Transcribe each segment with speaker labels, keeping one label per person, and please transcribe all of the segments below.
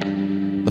Speaker 1: The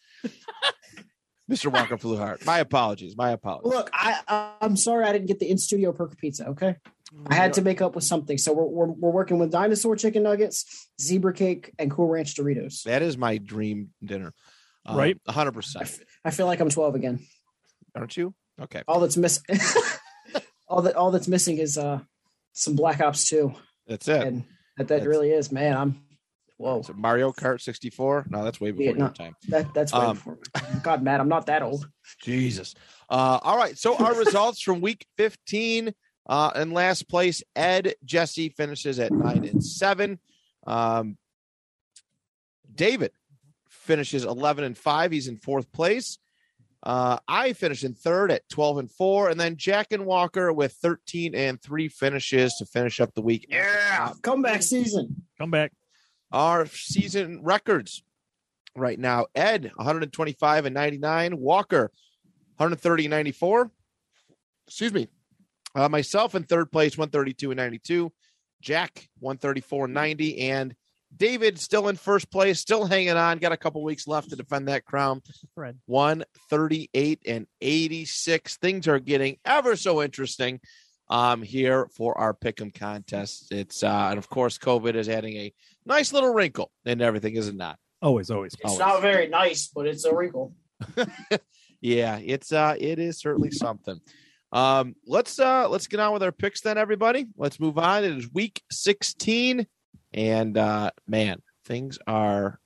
Speaker 1: Mr. Walker Fluhart. My apologies. My apologies.
Speaker 2: Look, I I'm sorry I didn't get the in studio perk pizza. Okay. I
Speaker 1: Mm-hmm.
Speaker 2: had to make up with something. So we're, we're, we're working with dinosaur chicken nuggets, zebra cake, and Cool Ranch Doritos.
Speaker 1: That is my dream dinner. Um,
Speaker 3: Right.
Speaker 1: 100%.
Speaker 2: I feel like I'm 12 again.
Speaker 1: Aren't you? Okay.
Speaker 2: All that's miss, all that all that's missing is uh some Black Ops 2,
Speaker 1: That's it.
Speaker 2: and that, that
Speaker 1: That's-
Speaker 2: really is man. I'm whoa.
Speaker 1: So Mario Kart 64. No, that's way before your
Speaker 2: Vietnam.
Speaker 1: time.
Speaker 2: That that's way
Speaker 1: Um,
Speaker 2: before. God, Matt, I'm not that old.
Speaker 1: Jesus. Uh, all right. So our results from week 15 uh, in last place, Ed Jesse finishes at nine and seven. Um, David finishes 11 and five. He's in fourth place. Uh, I finish in third at 12 and four. And then Jack and Walker with 13 and three finishes to finish up the week.
Speaker 2: Yeah, comeback season.
Speaker 3: Come back.
Speaker 1: our season records right now. Ed 125 and 99, Walker 130 and 94. Excuse me. Uh, myself in third place 132 and 92, Jack 134 and 90, and David still in first place, still hanging on. Got a couple weeks left to defend that crown.
Speaker 4: Fred.
Speaker 1: 138 and 86. Things are getting ever so interesting um here for our pick'em contest. It's uh and of course COVID is adding a nice little wrinkle and everything, is it not?
Speaker 3: Always, always.
Speaker 1: Always.
Speaker 2: very nice, but it's a wrinkle.
Speaker 1: Yeah, it's uh it is certainly something. Um let's uh let's get on with our picks then everybody. Let's move on. It is week 16 and uh man, things are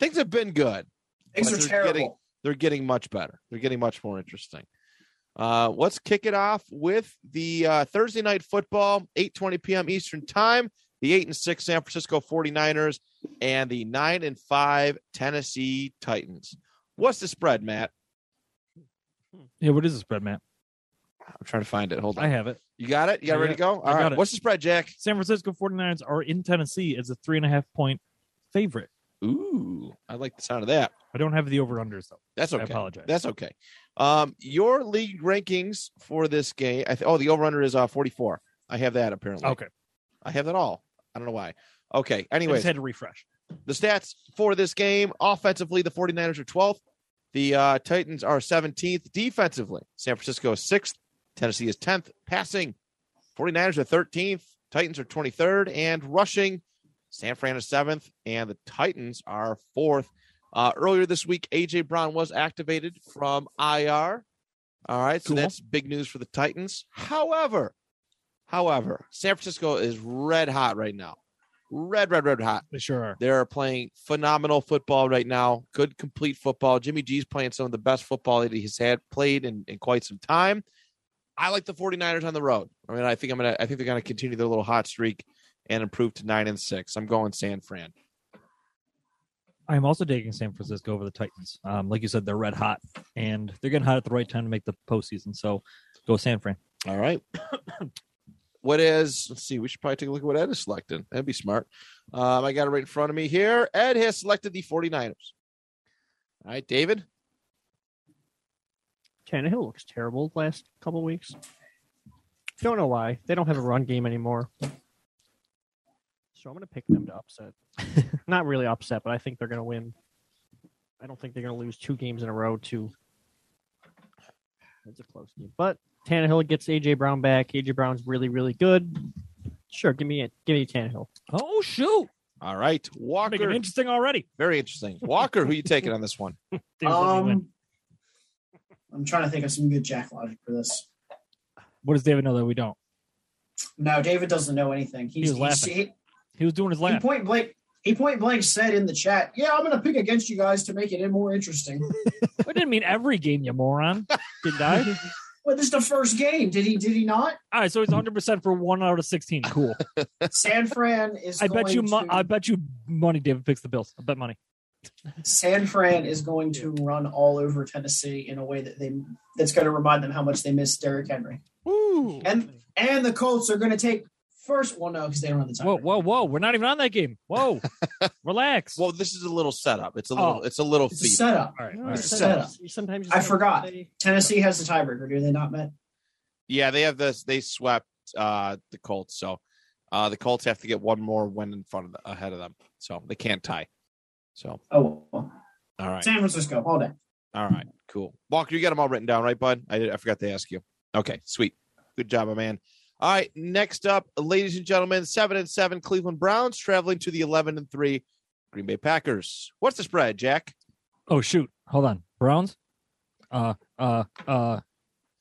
Speaker 1: things have been good. Things are terrible. They're getting much better. They're getting much more interesting. Uh let's kick it off with the uh Thursday night football 8:20 p.m. Eastern Time. The 8 and 6 San Francisco 49ers and the 9 and 5 Tennessee Titans. What's the spread, Matt?
Speaker 3: Yeah, what is the spread, Matt?
Speaker 1: I'm trying to find it. Hold on.
Speaker 3: I have it.
Speaker 1: You got it? You got
Speaker 3: I
Speaker 1: ready to
Speaker 3: got-
Speaker 1: go?
Speaker 3: I
Speaker 1: All
Speaker 3: got
Speaker 1: right.
Speaker 3: it.
Speaker 1: What's the spread, Jack?
Speaker 3: San Francisco 49ers are in Tennessee as a three and a half point favorite.
Speaker 1: Ooh, I like the sound of that.
Speaker 3: I don't have the over unders, though.
Speaker 1: That's
Speaker 3: I
Speaker 1: okay.
Speaker 3: apologize.
Speaker 1: That's okay. Um, your league rankings for this game. I th- oh, the over under is uh 44. I have that apparently.
Speaker 3: okay.
Speaker 1: I have that all. I don't know why. Okay.
Speaker 3: I
Speaker 1: Anyways,
Speaker 3: just had to refresh.
Speaker 1: the stats for this game offensively, the 49ers are 12th. The uh, Titans are 17th. Defensively, San Francisco is 6th. Tennessee is 10th. Passing, 49ers are 13th. Titans are 23rd. And rushing, San Fran is 7th. And the Titans are 4th. Uh, earlier this week, A.J. Brown was activated from IR. All right. So
Speaker 3: Cool.
Speaker 1: that's big news for the Titans. However, however, San Francisco is red hot right now. Red, red, red hot.
Speaker 3: They sure are.
Speaker 1: They're playing phenomenal football right now. Good, complete football. Jimmy G's playing some of the best football that he's had played in, in quite some time. I like the 49ers on the road. I mean, I think I'm gonna I think they're gonna continue their little hot streak and improve to nine and six. I'm going San Fran.
Speaker 3: I'm also taking San Francisco over the Titans. Um, like you said, they're red hot and they're getting hot at the right time to make the postseason. So go San Fran.
Speaker 1: All right. what is let's see, we should probably take a look at what Ed is selecting. That'd be smart. Um, I got it right in front of me here. Ed has selected the 49ers. All right, David.
Speaker 4: Tannehill looks terrible the last couple weeks. Don't know why. They don't have a run game anymore. So I'm going to pick them to upset. Not really upset, but I think they're going to win. I don't think they're going to lose two games in a row to. It's a close game. But Tannehill gets AJ Brown back. AJ Brown's really, really good. Sure, give me it. Give me Tannehill.
Speaker 3: Oh shoot!
Speaker 1: All right.
Speaker 3: Make it
Speaker 1: Walker.
Speaker 3: interesting already.
Speaker 1: Very interesting. Walker, who you taking on this one?
Speaker 3: Dude, let me win.
Speaker 2: Um, I'm trying to think of some good Jack logic for this.
Speaker 3: what does David know that we don't?
Speaker 2: No, David doesn't know anything. He's,
Speaker 3: He was
Speaker 2: he's-
Speaker 3: He was doing his
Speaker 2: he, he
Speaker 3: laugh.
Speaker 2: point blank. He point blank said in the chat, "Yeah, I'm going to pick against you guys to make it more interesting."
Speaker 3: I didn't mean every game, you moron. Did I?
Speaker 2: but this is the first game. Did he? Did he not?
Speaker 3: All right, so he's 100 percent for one out of 16. Cool.
Speaker 2: San Fran is.
Speaker 3: I bet
Speaker 2: going
Speaker 3: you. Mo-
Speaker 2: to-
Speaker 3: I bet you money. David picks the Bills. I bet money.
Speaker 2: San Fran is going to run all over Tennessee in a way that they that's going to remind them how much they miss Derrick Henry.
Speaker 4: Ooh.
Speaker 2: And and the Colts are going to take first. Well, no, because they don't have the time.
Speaker 3: Whoa, whoa, whoa! We're not even on that game. Whoa, relax.
Speaker 1: Well, this is a little setup. It's a
Speaker 3: Oh.
Speaker 1: little. It's a little
Speaker 2: It's a
Speaker 1: feed.
Speaker 2: setup.
Speaker 3: all right, all
Speaker 4: No,
Speaker 3: right.
Speaker 2: It's
Speaker 4: sometimes- sometimes you
Speaker 2: I
Speaker 4: just gotta
Speaker 2: forgot.
Speaker 4: say-
Speaker 2: Tennessee has the tiebreaker. Do they not, Matt?
Speaker 1: Yeah, they have this. They swept uh, the Colts, so uh, the Colts have to get one more win in front of the, ahead of them, so they can't tie. So
Speaker 2: Oh, well.
Speaker 1: all right,
Speaker 2: San Francisco all day.
Speaker 1: all right, cool. Walker, you got them all written down, right, bud? I did. I forgot to ask you. Okay, sweet. Good job, my man. All right, next up, ladies and gentlemen, seven and seven Cleveland Browns traveling to the eleven and three Green Bay Packers. What's the spread, Jack?
Speaker 3: Oh shoot! Hold on, Browns. Uh, uh, uh,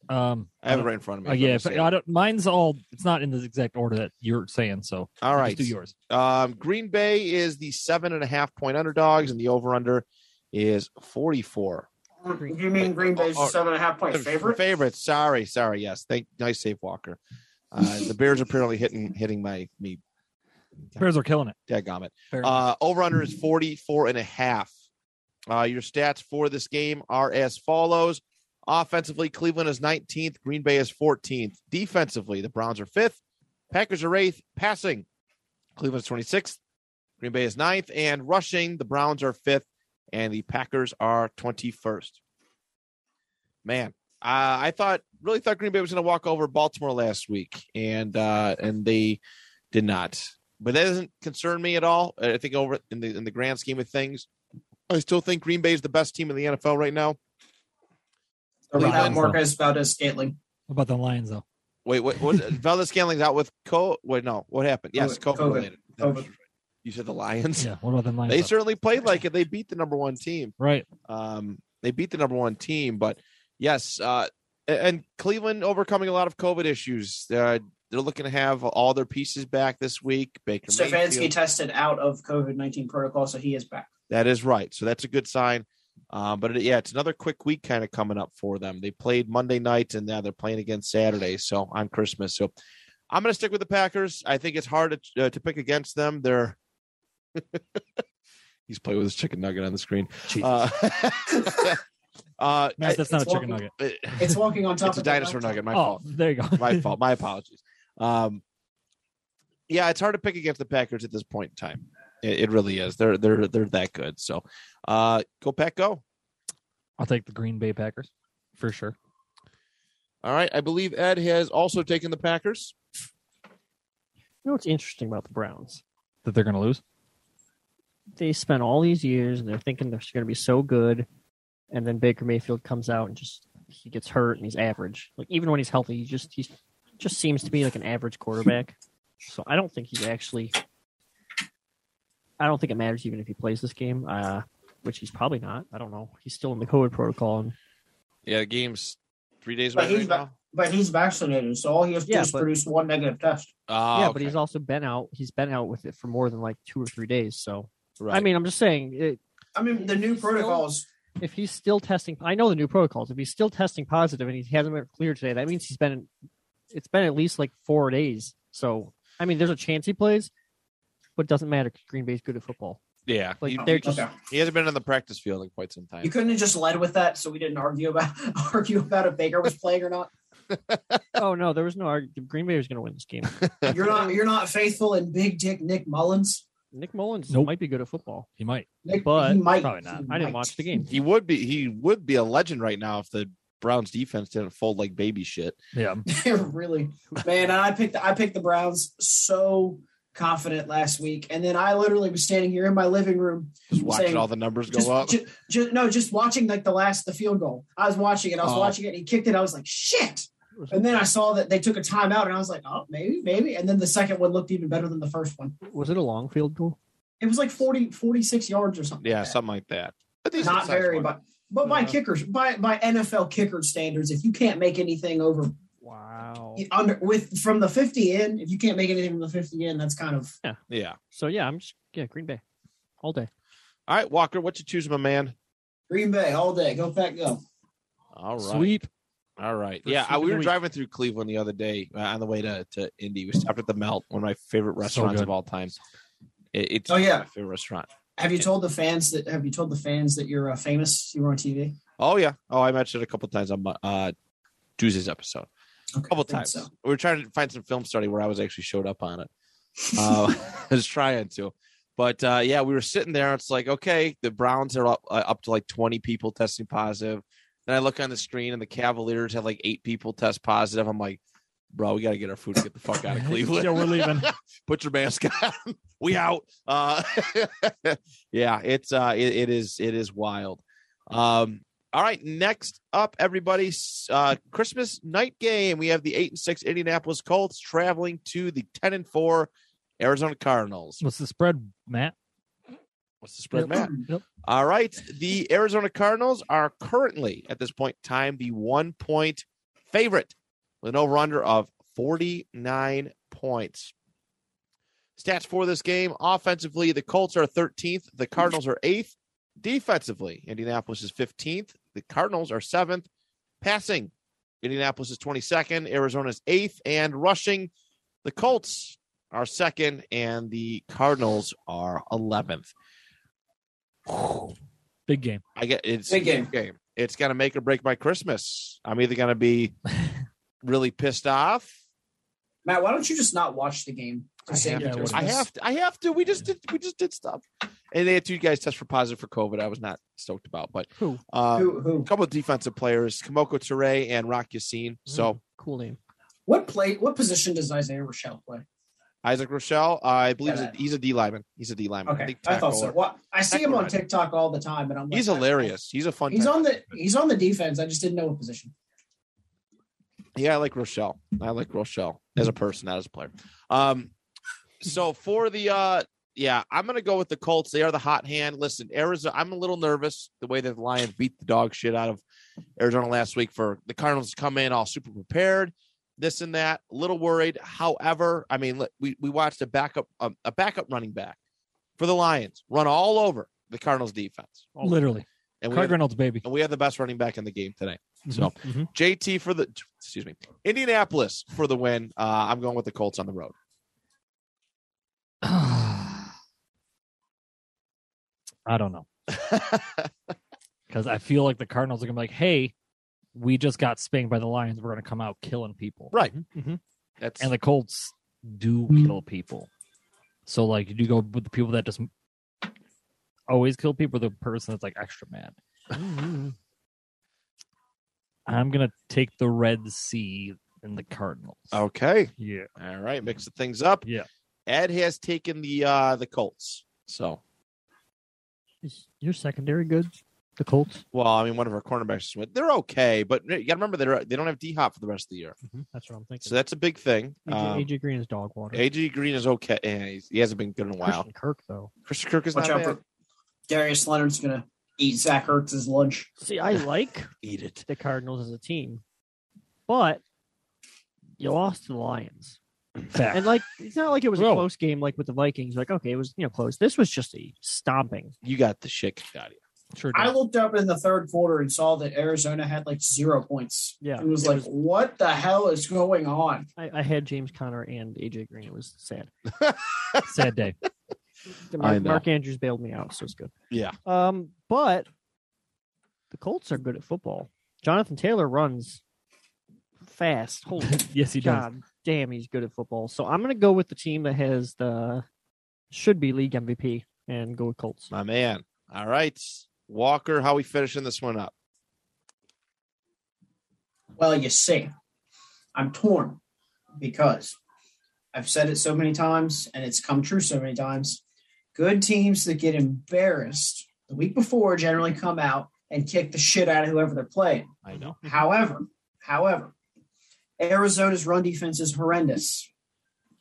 Speaker 3: um.
Speaker 1: I have it
Speaker 3: don't-
Speaker 1: right in front of me.
Speaker 3: uh,
Speaker 1: I'm
Speaker 3: yeah,
Speaker 1: gonna
Speaker 3: if,
Speaker 1: say
Speaker 3: I
Speaker 1: it.
Speaker 3: don't. Mine's all. It's not in the exact order that you're saying. So
Speaker 1: All right.
Speaker 3: just do yours.
Speaker 1: Um, Green Bay is the seven and a half point underdogs, and the over under is 44.
Speaker 2: You mean Green Bay's
Speaker 1: Oh, oh.
Speaker 2: seven and a half point favorite?
Speaker 1: Favorite. Sorry. Sorry. Yes. Thank. Nice save, Walker. Uh, the Bears are apparently hitting hitting my me.
Speaker 3: Bears are killing it.
Speaker 1: Dadgummit.
Speaker 3: Fair enough.
Speaker 1: Uh, over under is 44 and a half. Uh, your stats for this game are as follows. Offensively, Cleveland is 19th, Green Bay is 14th. Defensively, the Browns are 5th, Packers are 8th. Passing, Cleveland is 26th, Green Bay is 9th. And rushing, the Browns are 5th, and the Packers are 21st. Man, uh, I thought, really thought Green Bay was going to walk over Baltimore last week, and uh, and they did not but that doesn't concern me at all. I think over in the in the grand scheme of things, I still think Green Bay is the best team in the NFL right now.
Speaker 2: Without
Speaker 1: Cleveland.
Speaker 2: Marquez Valdez Scantling.
Speaker 3: What about the Lions though?
Speaker 1: Wait, what was Valdez Scanling's out with co? Wait, no, what happened? Yes, COVID,
Speaker 2: COVID.
Speaker 1: related.
Speaker 2: COVID.
Speaker 1: You said the Lions.
Speaker 3: Yeah. What about the Lions?
Speaker 1: They
Speaker 3: though?
Speaker 1: certainly played like it. They beat the number one team.
Speaker 3: right.
Speaker 1: Um, they beat the number one team, but yes, uh, a- and Cleveland overcoming a lot of COVID issues. Uh, they're looking to have all their pieces back this week. Baker
Speaker 2: Stefanski
Speaker 1: Mayfield.
Speaker 2: tested out of COVID 19 protocol, so he is back.
Speaker 1: That is right. So that's a good sign. Um, but it, yeah, it's another quick week kind of coming up for them. They played Monday night and now they're playing again Saturday. So on Christmas. So I'm going to stick with the Packers. I think it's hard to, uh, to pick against them. They're. He's playing with his chicken nugget on the screen.
Speaker 3: Jesus.
Speaker 1: Uh, uh,
Speaker 3: Matt, that's not a
Speaker 2: it's
Speaker 3: chicken
Speaker 2: walking-
Speaker 3: nugget.
Speaker 1: it-
Speaker 2: It's walking on top
Speaker 1: it's a
Speaker 2: of the
Speaker 1: dinosaur
Speaker 2: laptop.
Speaker 1: nugget. My
Speaker 3: Oh,
Speaker 1: fault
Speaker 3: there you go.
Speaker 1: my fault. My apologies. Um, yeah, it's hard to pick against the Packers at this point in time. It, it really is. They're they're they're that good. So, uh, go pack, go.
Speaker 3: I'll take the Green Bay Packers for sure.
Speaker 1: All right, I believe Ed has also taken the Packers.
Speaker 4: You know what's interesting about the Browns?
Speaker 3: that they're going to lose.
Speaker 4: They spent all these years and they're thinking they're going to be so good, and then Baker Mayfield comes out and just he gets hurt and he's average. Like even when he's healthy, he just he just seems to be like an average quarterback. So I don't think he's actually. I don't think it matters even if he plays this game, uh, which he's probably not. I don't know. He's still in the COVID protocol, and
Speaker 1: Yeah, the game's three days
Speaker 2: But
Speaker 1: away
Speaker 2: he's
Speaker 1: right
Speaker 2: back-
Speaker 1: now.
Speaker 2: But he's vaccinated, so all he has to
Speaker 4: Yeah,
Speaker 2: do is
Speaker 4: but-
Speaker 2: produce one negative test.
Speaker 1: Ah,
Speaker 4: yeah,
Speaker 1: okay.
Speaker 4: but he's also been out. He's been out with it for more than like two or three days. So
Speaker 1: Right.
Speaker 4: I mean, I'm just saying, it,
Speaker 2: I mean, the new protocols.
Speaker 4: if he's still testing, I know the new protocols. If he's still testing positive and he hasn't been cleared today, that means he's been. It's been at least like four days. So I mean, there's a chance he plays, but it doesn't matter 'cause Green Bay's good at football.
Speaker 1: yeah,
Speaker 4: Like
Speaker 1: he,
Speaker 4: they're just
Speaker 2: okay.
Speaker 1: he hasn't been on the practice field in quite some
Speaker 2: You
Speaker 1: time.
Speaker 2: couldn't have just led with that, so we didn't argue about argue about if Baker was playing or not.
Speaker 4: oh no, there was no argument. Green Bay was going to win this game.
Speaker 2: You're not you're not faithful in Big Dick Nick Mullins.
Speaker 4: Nick Mullins
Speaker 3: Nope.
Speaker 4: might be good at football.
Speaker 3: He might.
Speaker 2: Nick,
Speaker 4: But
Speaker 2: he might,
Speaker 3: probably not.
Speaker 2: he
Speaker 4: I didn't
Speaker 2: might.
Speaker 4: watch the game.
Speaker 1: He would be he would be a legend right now if the Browns defense didn't fold like baby shit.
Speaker 3: Yeah.
Speaker 2: really, man. And I picked I picked the Browns so confident last week, and then I literally was standing here in my living room
Speaker 1: Just watching
Speaker 2: Saying-
Speaker 1: all the numbers go
Speaker 2: just,
Speaker 1: up.
Speaker 2: ju- ju- no, just watching like the last the field goal. I was watching it. I was
Speaker 1: Oh.
Speaker 2: watching it. And he kicked it. I was like, shit. And then I saw that they took a timeout, and I was like, oh, maybe, maybe. And then the second one looked even better than the first one.
Speaker 4: Was it a long field goal?
Speaker 2: It was like 40, 46 yards or something.
Speaker 1: yeah,
Speaker 2: like that.
Speaker 1: something like that. A decent
Speaker 2: not
Speaker 1: sized
Speaker 2: very,
Speaker 1: one.
Speaker 2: but but by
Speaker 1: Uh-huh.
Speaker 4: Yeah.
Speaker 2: kickers, by by NFL kicker standards, if you can't make anything over
Speaker 4: Wow.
Speaker 2: under with from the fifty in, if you can't make anything from the fifty in, that's kind of
Speaker 1: yeah.
Speaker 4: So yeah, I'm just yeah Green Bay all day.
Speaker 1: All right, Walker, what you choose, my man?
Speaker 2: Green Bay all day. Go back, go.
Speaker 1: All right.
Speaker 4: Sweep.
Speaker 1: All right.
Speaker 4: First
Speaker 1: yeah,
Speaker 4: sweep
Speaker 1: I,
Speaker 4: of
Speaker 1: we
Speaker 4: the
Speaker 1: were
Speaker 4: week.
Speaker 1: driving through Cleveland the other day uh, on the way to, to Indy. We stopped at the Melt, one of my favorite restaurants
Speaker 3: good.
Speaker 1: of all time. It, it's
Speaker 2: Oh, yeah.
Speaker 1: my favorite restaurant.
Speaker 2: Have you told the fans that? Have you told the fans that you're uh, famous? You were on TV.
Speaker 1: Oh yeah. Oh, I mentioned it a couple times on my, uh, Tuesday's episode.
Speaker 2: Okay,
Speaker 1: A couple
Speaker 2: I think
Speaker 1: times.
Speaker 2: so.
Speaker 1: We were trying to find some film study where I was actually showed up on it. Uh, I was trying to, but uh, yeah, we were sitting there. It's like okay, the Browns are up, uh, up to like twenty people testing positive. Then I look on the screen and the Cavaliers have like eight people test positive. I'm like, bro, we got to get our food and get the fuck out of Cleveland.
Speaker 3: yeah, we're leaving.
Speaker 1: put your mask on. we out. Uh, yeah, it's uh, it, it is it is wild. Um, all right, next up, everybody, s- uh, Christmas night game. We have the eight and six Indianapolis Colts traveling to the ten and four Arizona Cardinals.
Speaker 3: What's the spread, Matt?
Speaker 1: What's the spread, Matt?
Speaker 3: Yep.
Speaker 1: All right, the Arizona Cardinals are currently at this point in time the one point favorite with an over under of 49 points. Stats for this game offensively, the Colts are 13th, the Cardinals are 8th. Defensively, Indianapolis is 15th, the Cardinals are 7th. Passing, Indianapolis is 22nd, Arizona's 8th, and rushing, the Colts are 2nd, and the Cardinals are 11th.
Speaker 3: Big game.
Speaker 1: I get it's
Speaker 2: Big game.
Speaker 1: It's gonna make or break my Christmas. I'm either gonna be really pissed off.
Speaker 2: Matt, why don't you just not watch the game?
Speaker 1: I have,
Speaker 3: Yeah,
Speaker 1: to. I have to. I have to. We just did. We just did stuff. And they had two guys test for positive for COVID. I was not stoked about, but
Speaker 4: Who?
Speaker 1: uh,
Speaker 2: Who, who?
Speaker 1: a couple of defensive players, Kamoko Ture and Rock Yassin. So
Speaker 4: Cool name.
Speaker 2: What play? What position does Isaiah Rochelle play?
Speaker 1: Isaac Rochelle, I believe, is a,
Speaker 2: Yeah.
Speaker 1: he's a D lineman. He's a D lineman.
Speaker 2: Okay,
Speaker 1: Big
Speaker 2: I thought
Speaker 1: tackle.
Speaker 2: so. Well, I see him on
Speaker 1: Tackle.
Speaker 2: TikTok all the time, and I'm like,
Speaker 1: He's hilarious. He's a fun.
Speaker 2: He's
Speaker 1: type
Speaker 2: on
Speaker 1: of
Speaker 2: the
Speaker 1: defenseman.
Speaker 2: he's on the defense. I just didn't know what position.
Speaker 1: Yeah, I like Rochelle. I like Rochelle as a person, not as a player. Um, so for the uh, yeah, I'm gonna go with the Colts. They are the hot hand. Listen, Arizona. I'm a little nervous the way that the Lions beat the dog shit out of Arizona last week. For the Cardinals to come in all super prepared, this and that. A little worried. However, I mean, look, we we watched a backup um, a backup running back for the Lions run all over the Cardinals defense,
Speaker 3: Literally.
Speaker 1: and Oh, we
Speaker 3: Card
Speaker 1: have,
Speaker 3: Reynolds, baby.
Speaker 1: and we have the best running back in the game today. So-
Speaker 3: Mhm.
Speaker 1: JT for the excuse me, Indianapolis for the win. Uh, I'm going with the Colts on the road.
Speaker 3: Mhm. I don't know. Because I feel like the Cardinals are going to be like, hey, we just got spanked by the Lions. We're going to come out killing people.
Speaker 1: Right.
Speaker 4: Mhm.
Speaker 1: That's
Speaker 3: and the Colts do kill people. So like, you do go with the people that just always kill people, or the person that's like extra mad. I'm gonna take the Red Sea and the Cardinals.
Speaker 1: Okay.
Speaker 3: yeah.
Speaker 1: All right. Mixing things up.
Speaker 3: Yeah.
Speaker 1: Ed has taken the uh the Colts. So
Speaker 4: Is your secondary good? The Colts.
Speaker 1: well, I mean, one of our cornerbacks went. They're okay, but you got to remember they're they don't have D Hop for the rest of the year,
Speaker 4: That's what I'm thinking.
Speaker 1: so that's a big thing.
Speaker 4: AJ,
Speaker 1: Um,
Speaker 4: AJ Green is dog water.
Speaker 1: AJ Green is okay. Yeah, he's- he hasn't been good in a while.
Speaker 4: Christian Kirk though.
Speaker 1: Christian Kirk is
Speaker 2: Watch
Speaker 1: not
Speaker 2: out
Speaker 1: bad.
Speaker 2: for Darius Leonard's gonna eat Zach Ertz's lunch.
Speaker 4: See, I like
Speaker 1: Eat it.
Speaker 4: the Cardinals as a team, but you lost to the Lions.
Speaker 3: Fact.
Speaker 4: And like, it's not like it was a
Speaker 3: Well-
Speaker 4: close game like with the Vikings. Like, okay, it was you know close. This was just a stomping.
Speaker 1: You got the shit kicked out of you.
Speaker 3: sure.
Speaker 2: I
Speaker 3: do.
Speaker 2: looked up in the third quarter and saw that Arizona had like zero points.
Speaker 4: Yeah,
Speaker 2: It was like, what the hell is going on?
Speaker 4: I, I had James Conner and AJ Green. It was sad.
Speaker 3: Sad day.
Speaker 1: I
Speaker 4: Mark,
Speaker 1: know.
Speaker 4: Mark Andrews bailed me out, so it's good.
Speaker 1: Yeah.
Speaker 4: Um, but the Colts are good at football. Jonathan Taylor runs fast. Holy
Speaker 3: Yes, he does.
Speaker 4: God damn, he's good at football. So I'm gonna go with the team that has the should be league MVP and go with Colts.
Speaker 1: My man. All right. Walker, how we finishing this one up?
Speaker 2: Well, you see, I'm torn because I've said it so many times and it's come true so many times. Good teams that get embarrassed the week before generally come out and kick the shit out of whoever they're playing.
Speaker 1: I know.
Speaker 3: Mm-hmm.
Speaker 2: However, however, Arizona's run defense is horrendous,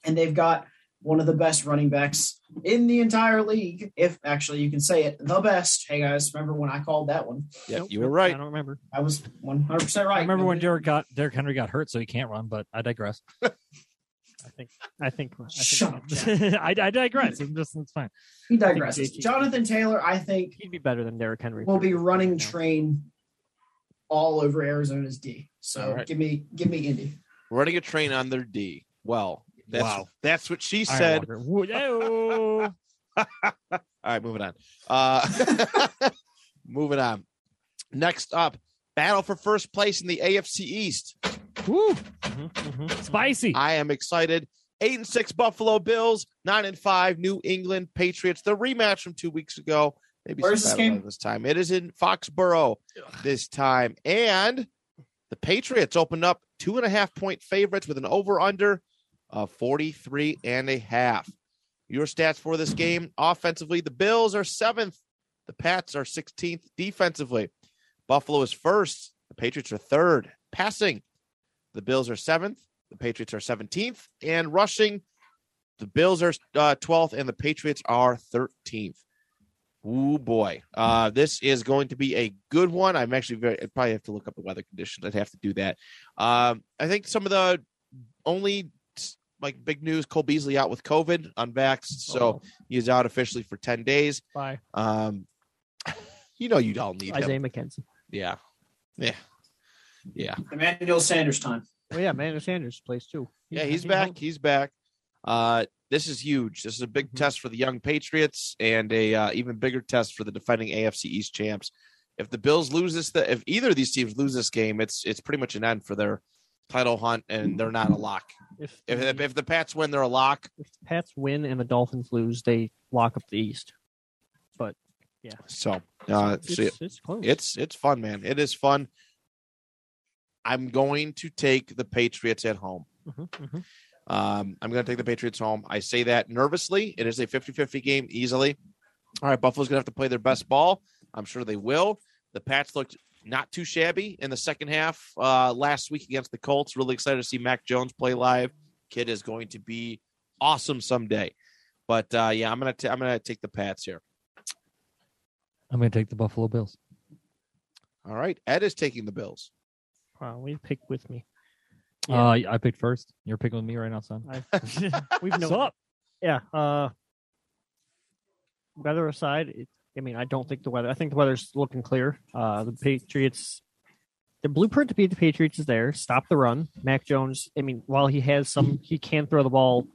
Speaker 2: and they've got one of the best running backs in the entire league. If actually you can say it, the best. Hey guys, remember when I called that one?
Speaker 1: Yeah,
Speaker 4: Nope,
Speaker 1: you were
Speaker 4: I
Speaker 1: right.
Speaker 4: don't remember.
Speaker 2: I was one hundred percent right.
Speaker 3: I remember when Derek got Derek Henry got hurt, so he can't run. But I digress.
Speaker 4: I think I think I think-
Speaker 2: Shut up, Jack.
Speaker 3: I, I digress. I'm just it's fine.
Speaker 2: He digresses.
Speaker 4: JT
Speaker 2: Jonathan Taylor, I think,
Speaker 4: he'd be better than Derrick Henry.
Speaker 2: will be running
Speaker 4: Right now.
Speaker 2: train all over Arizona's D. So
Speaker 1: All right.
Speaker 2: give me give me Indy.
Speaker 1: Running a train on their D. Well, that's
Speaker 3: Wow.
Speaker 1: that's what she
Speaker 3: All right,
Speaker 1: said.
Speaker 3: Walker. Woo- yo.
Speaker 1: All right, moving on. Uh moving on. Next up, battle for first place in the AFC East.
Speaker 3: Woo.
Speaker 1: Mm-hmm,
Speaker 4: Mhm, mhm.
Speaker 3: Spicy.
Speaker 1: I am excited. Eight and six Buffalo Bills, nine and five New England Patriots. The rematch from two weeks ago. Maybe
Speaker 2: Where's
Speaker 1: some
Speaker 2: this
Speaker 1: battle
Speaker 2: game?
Speaker 1: line this time. It is in Foxborough this time, and the Patriots opened up two and a half point favorites with an over under of 43 and a half. Your stats for this game offensively, the Bills are seventh, the Pats are 16th defensively. Buffalo is first, the Patriots are third. Passing, the Bills are seventh, the Patriots are 17th, and rushing, the Bills are uh, 12th, and the Patriots are 13th. Ooh boy, uh, this is going to be a good one. I'm actually very. I probably have to look up the weather conditions. I'd have to do that. Um, I think some of the only like big news: Cole Beasley out with COVID, unvaxxed, so he's out officially for ten days.
Speaker 4: Oh. Bye.
Speaker 1: Um, you know, you all need
Speaker 4: Isaiah
Speaker 1: him.
Speaker 4: McKenzie.
Speaker 1: Yeah, yeah, yeah,
Speaker 2: Emmanuel Sanders time.
Speaker 4: Oh yeah, Manuel Sanders plays too.
Speaker 1: yeah. He's back. He's back. Uh, this is huge. This is a big
Speaker 4: Mhm.
Speaker 1: test for the young Patriots and a uh, even bigger test for the defending AFC East champs. If the Bills lose this, if either of these teams lose this game, it's it's pretty much an end for their title hunt, and they're not a lock.
Speaker 4: If,
Speaker 1: If
Speaker 4: the-
Speaker 1: if, if the Pats win, they're a lock.
Speaker 4: if the Pats win and the Dolphins lose, they lock up the East.
Speaker 1: So uh,
Speaker 4: it's,
Speaker 1: so-
Speaker 4: it's close.
Speaker 1: It's it's fun, man. It is fun. I'm going to take the Patriots at home.
Speaker 4: Mhm, mhm.
Speaker 1: Um, I'm going to take the Patriots home. I say that nervously. It is a 50 50 game easily. All right, Buffalo's going to have to play their best ball. I'm sure they will. The Pats looked not too shabby in the second half uh, last week against the Colts. Really excited to see Mac Jones play live. Kid is going to be awesome someday. But uh, yeah, I'm gonna t- I'm gonna take the Pats here.
Speaker 3: I'm going to take the Buffalo Bills.
Speaker 1: All right, Ed is taking the Bills.
Speaker 4: Wow, we picked with me.
Speaker 3: Uh, I picked first. You're picking with me right now, son.
Speaker 4: I, we've known.
Speaker 3: up?
Speaker 4: Yeah. Uh, weather aside, it, I mean, I don't think the weather. I think the weather's looking clear. Uh, the Patriots, the blueprint to beat the Patriots is there. Stop the run. Mac Jones. I mean, while he has some, he can throw the ball.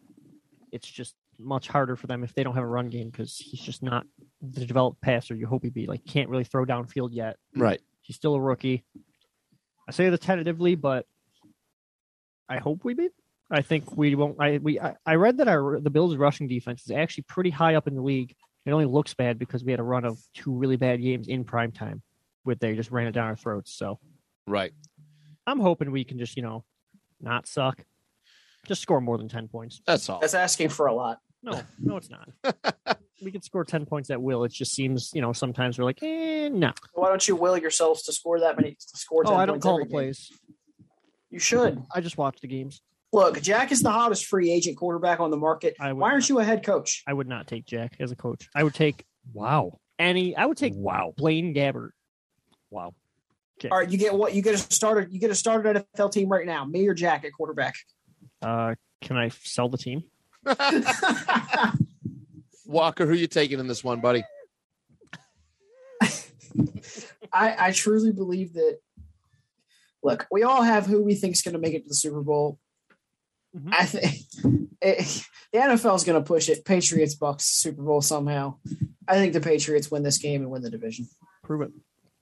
Speaker 4: It's just much harder for them if they don't have a run game because he's just not the developed passer you hope he'd be. Like, can't really throw downfield yet.
Speaker 1: Right.
Speaker 4: He's still a rookie. I say this tentatively, but I hope we beat. I think we won't. I we I, I read that our the Bills' rushing defense is actually pretty high up in the league. It only looks bad because we had a run of two really bad games in prime time, where they just ran it down our throats. So
Speaker 1: Right.
Speaker 4: I'm hoping we can just you know not suck. Just score more than ten points.
Speaker 1: That's all.
Speaker 2: That's asking for a lot.
Speaker 4: No, no, it's not. we can score ten points at will. It just seems, you know, sometimes we're like, eh, no.
Speaker 2: Why don't you will yourselves to score that many? To score 10
Speaker 4: Oh, I don't
Speaker 2: points
Speaker 4: call
Speaker 2: every
Speaker 4: the
Speaker 2: game?
Speaker 4: plays.
Speaker 2: You should
Speaker 4: I just watch the games.
Speaker 2: look. Jack is the hottest free agent quarterback on the market.
Speaker 4: I would
Speaker 2: Why aren't
Speaker 4: not.
Speaker 2: you a head coach?
Speaker 4: I would not take Jack as a coach. I would take
Speaker 3: Wow.
Speaker 4: any. I would take
Speaker 3: Wow.
Speaker 4: Blaine Gabbert.
Speaker 3: Wow.
Speaker 2: All right, you get what you get a starter. You get a starter NFL team right now. Me or Jack at quarterback.
Speaker 4: Uh, can I sell the team?
Speaker 1: Walker, who you taking in this one, buddy?
Speaker 2: I, I truly believe that. Look, we all have who we think is going to make it to the Super Bowl.
Speaker 4: Mhm.
Speaker 2: I think it- the NFL is going to push it. Patriots, Bucks, Super Bowl somehow. I think the Patriots win this game and win the division.
Speaker 4: Prove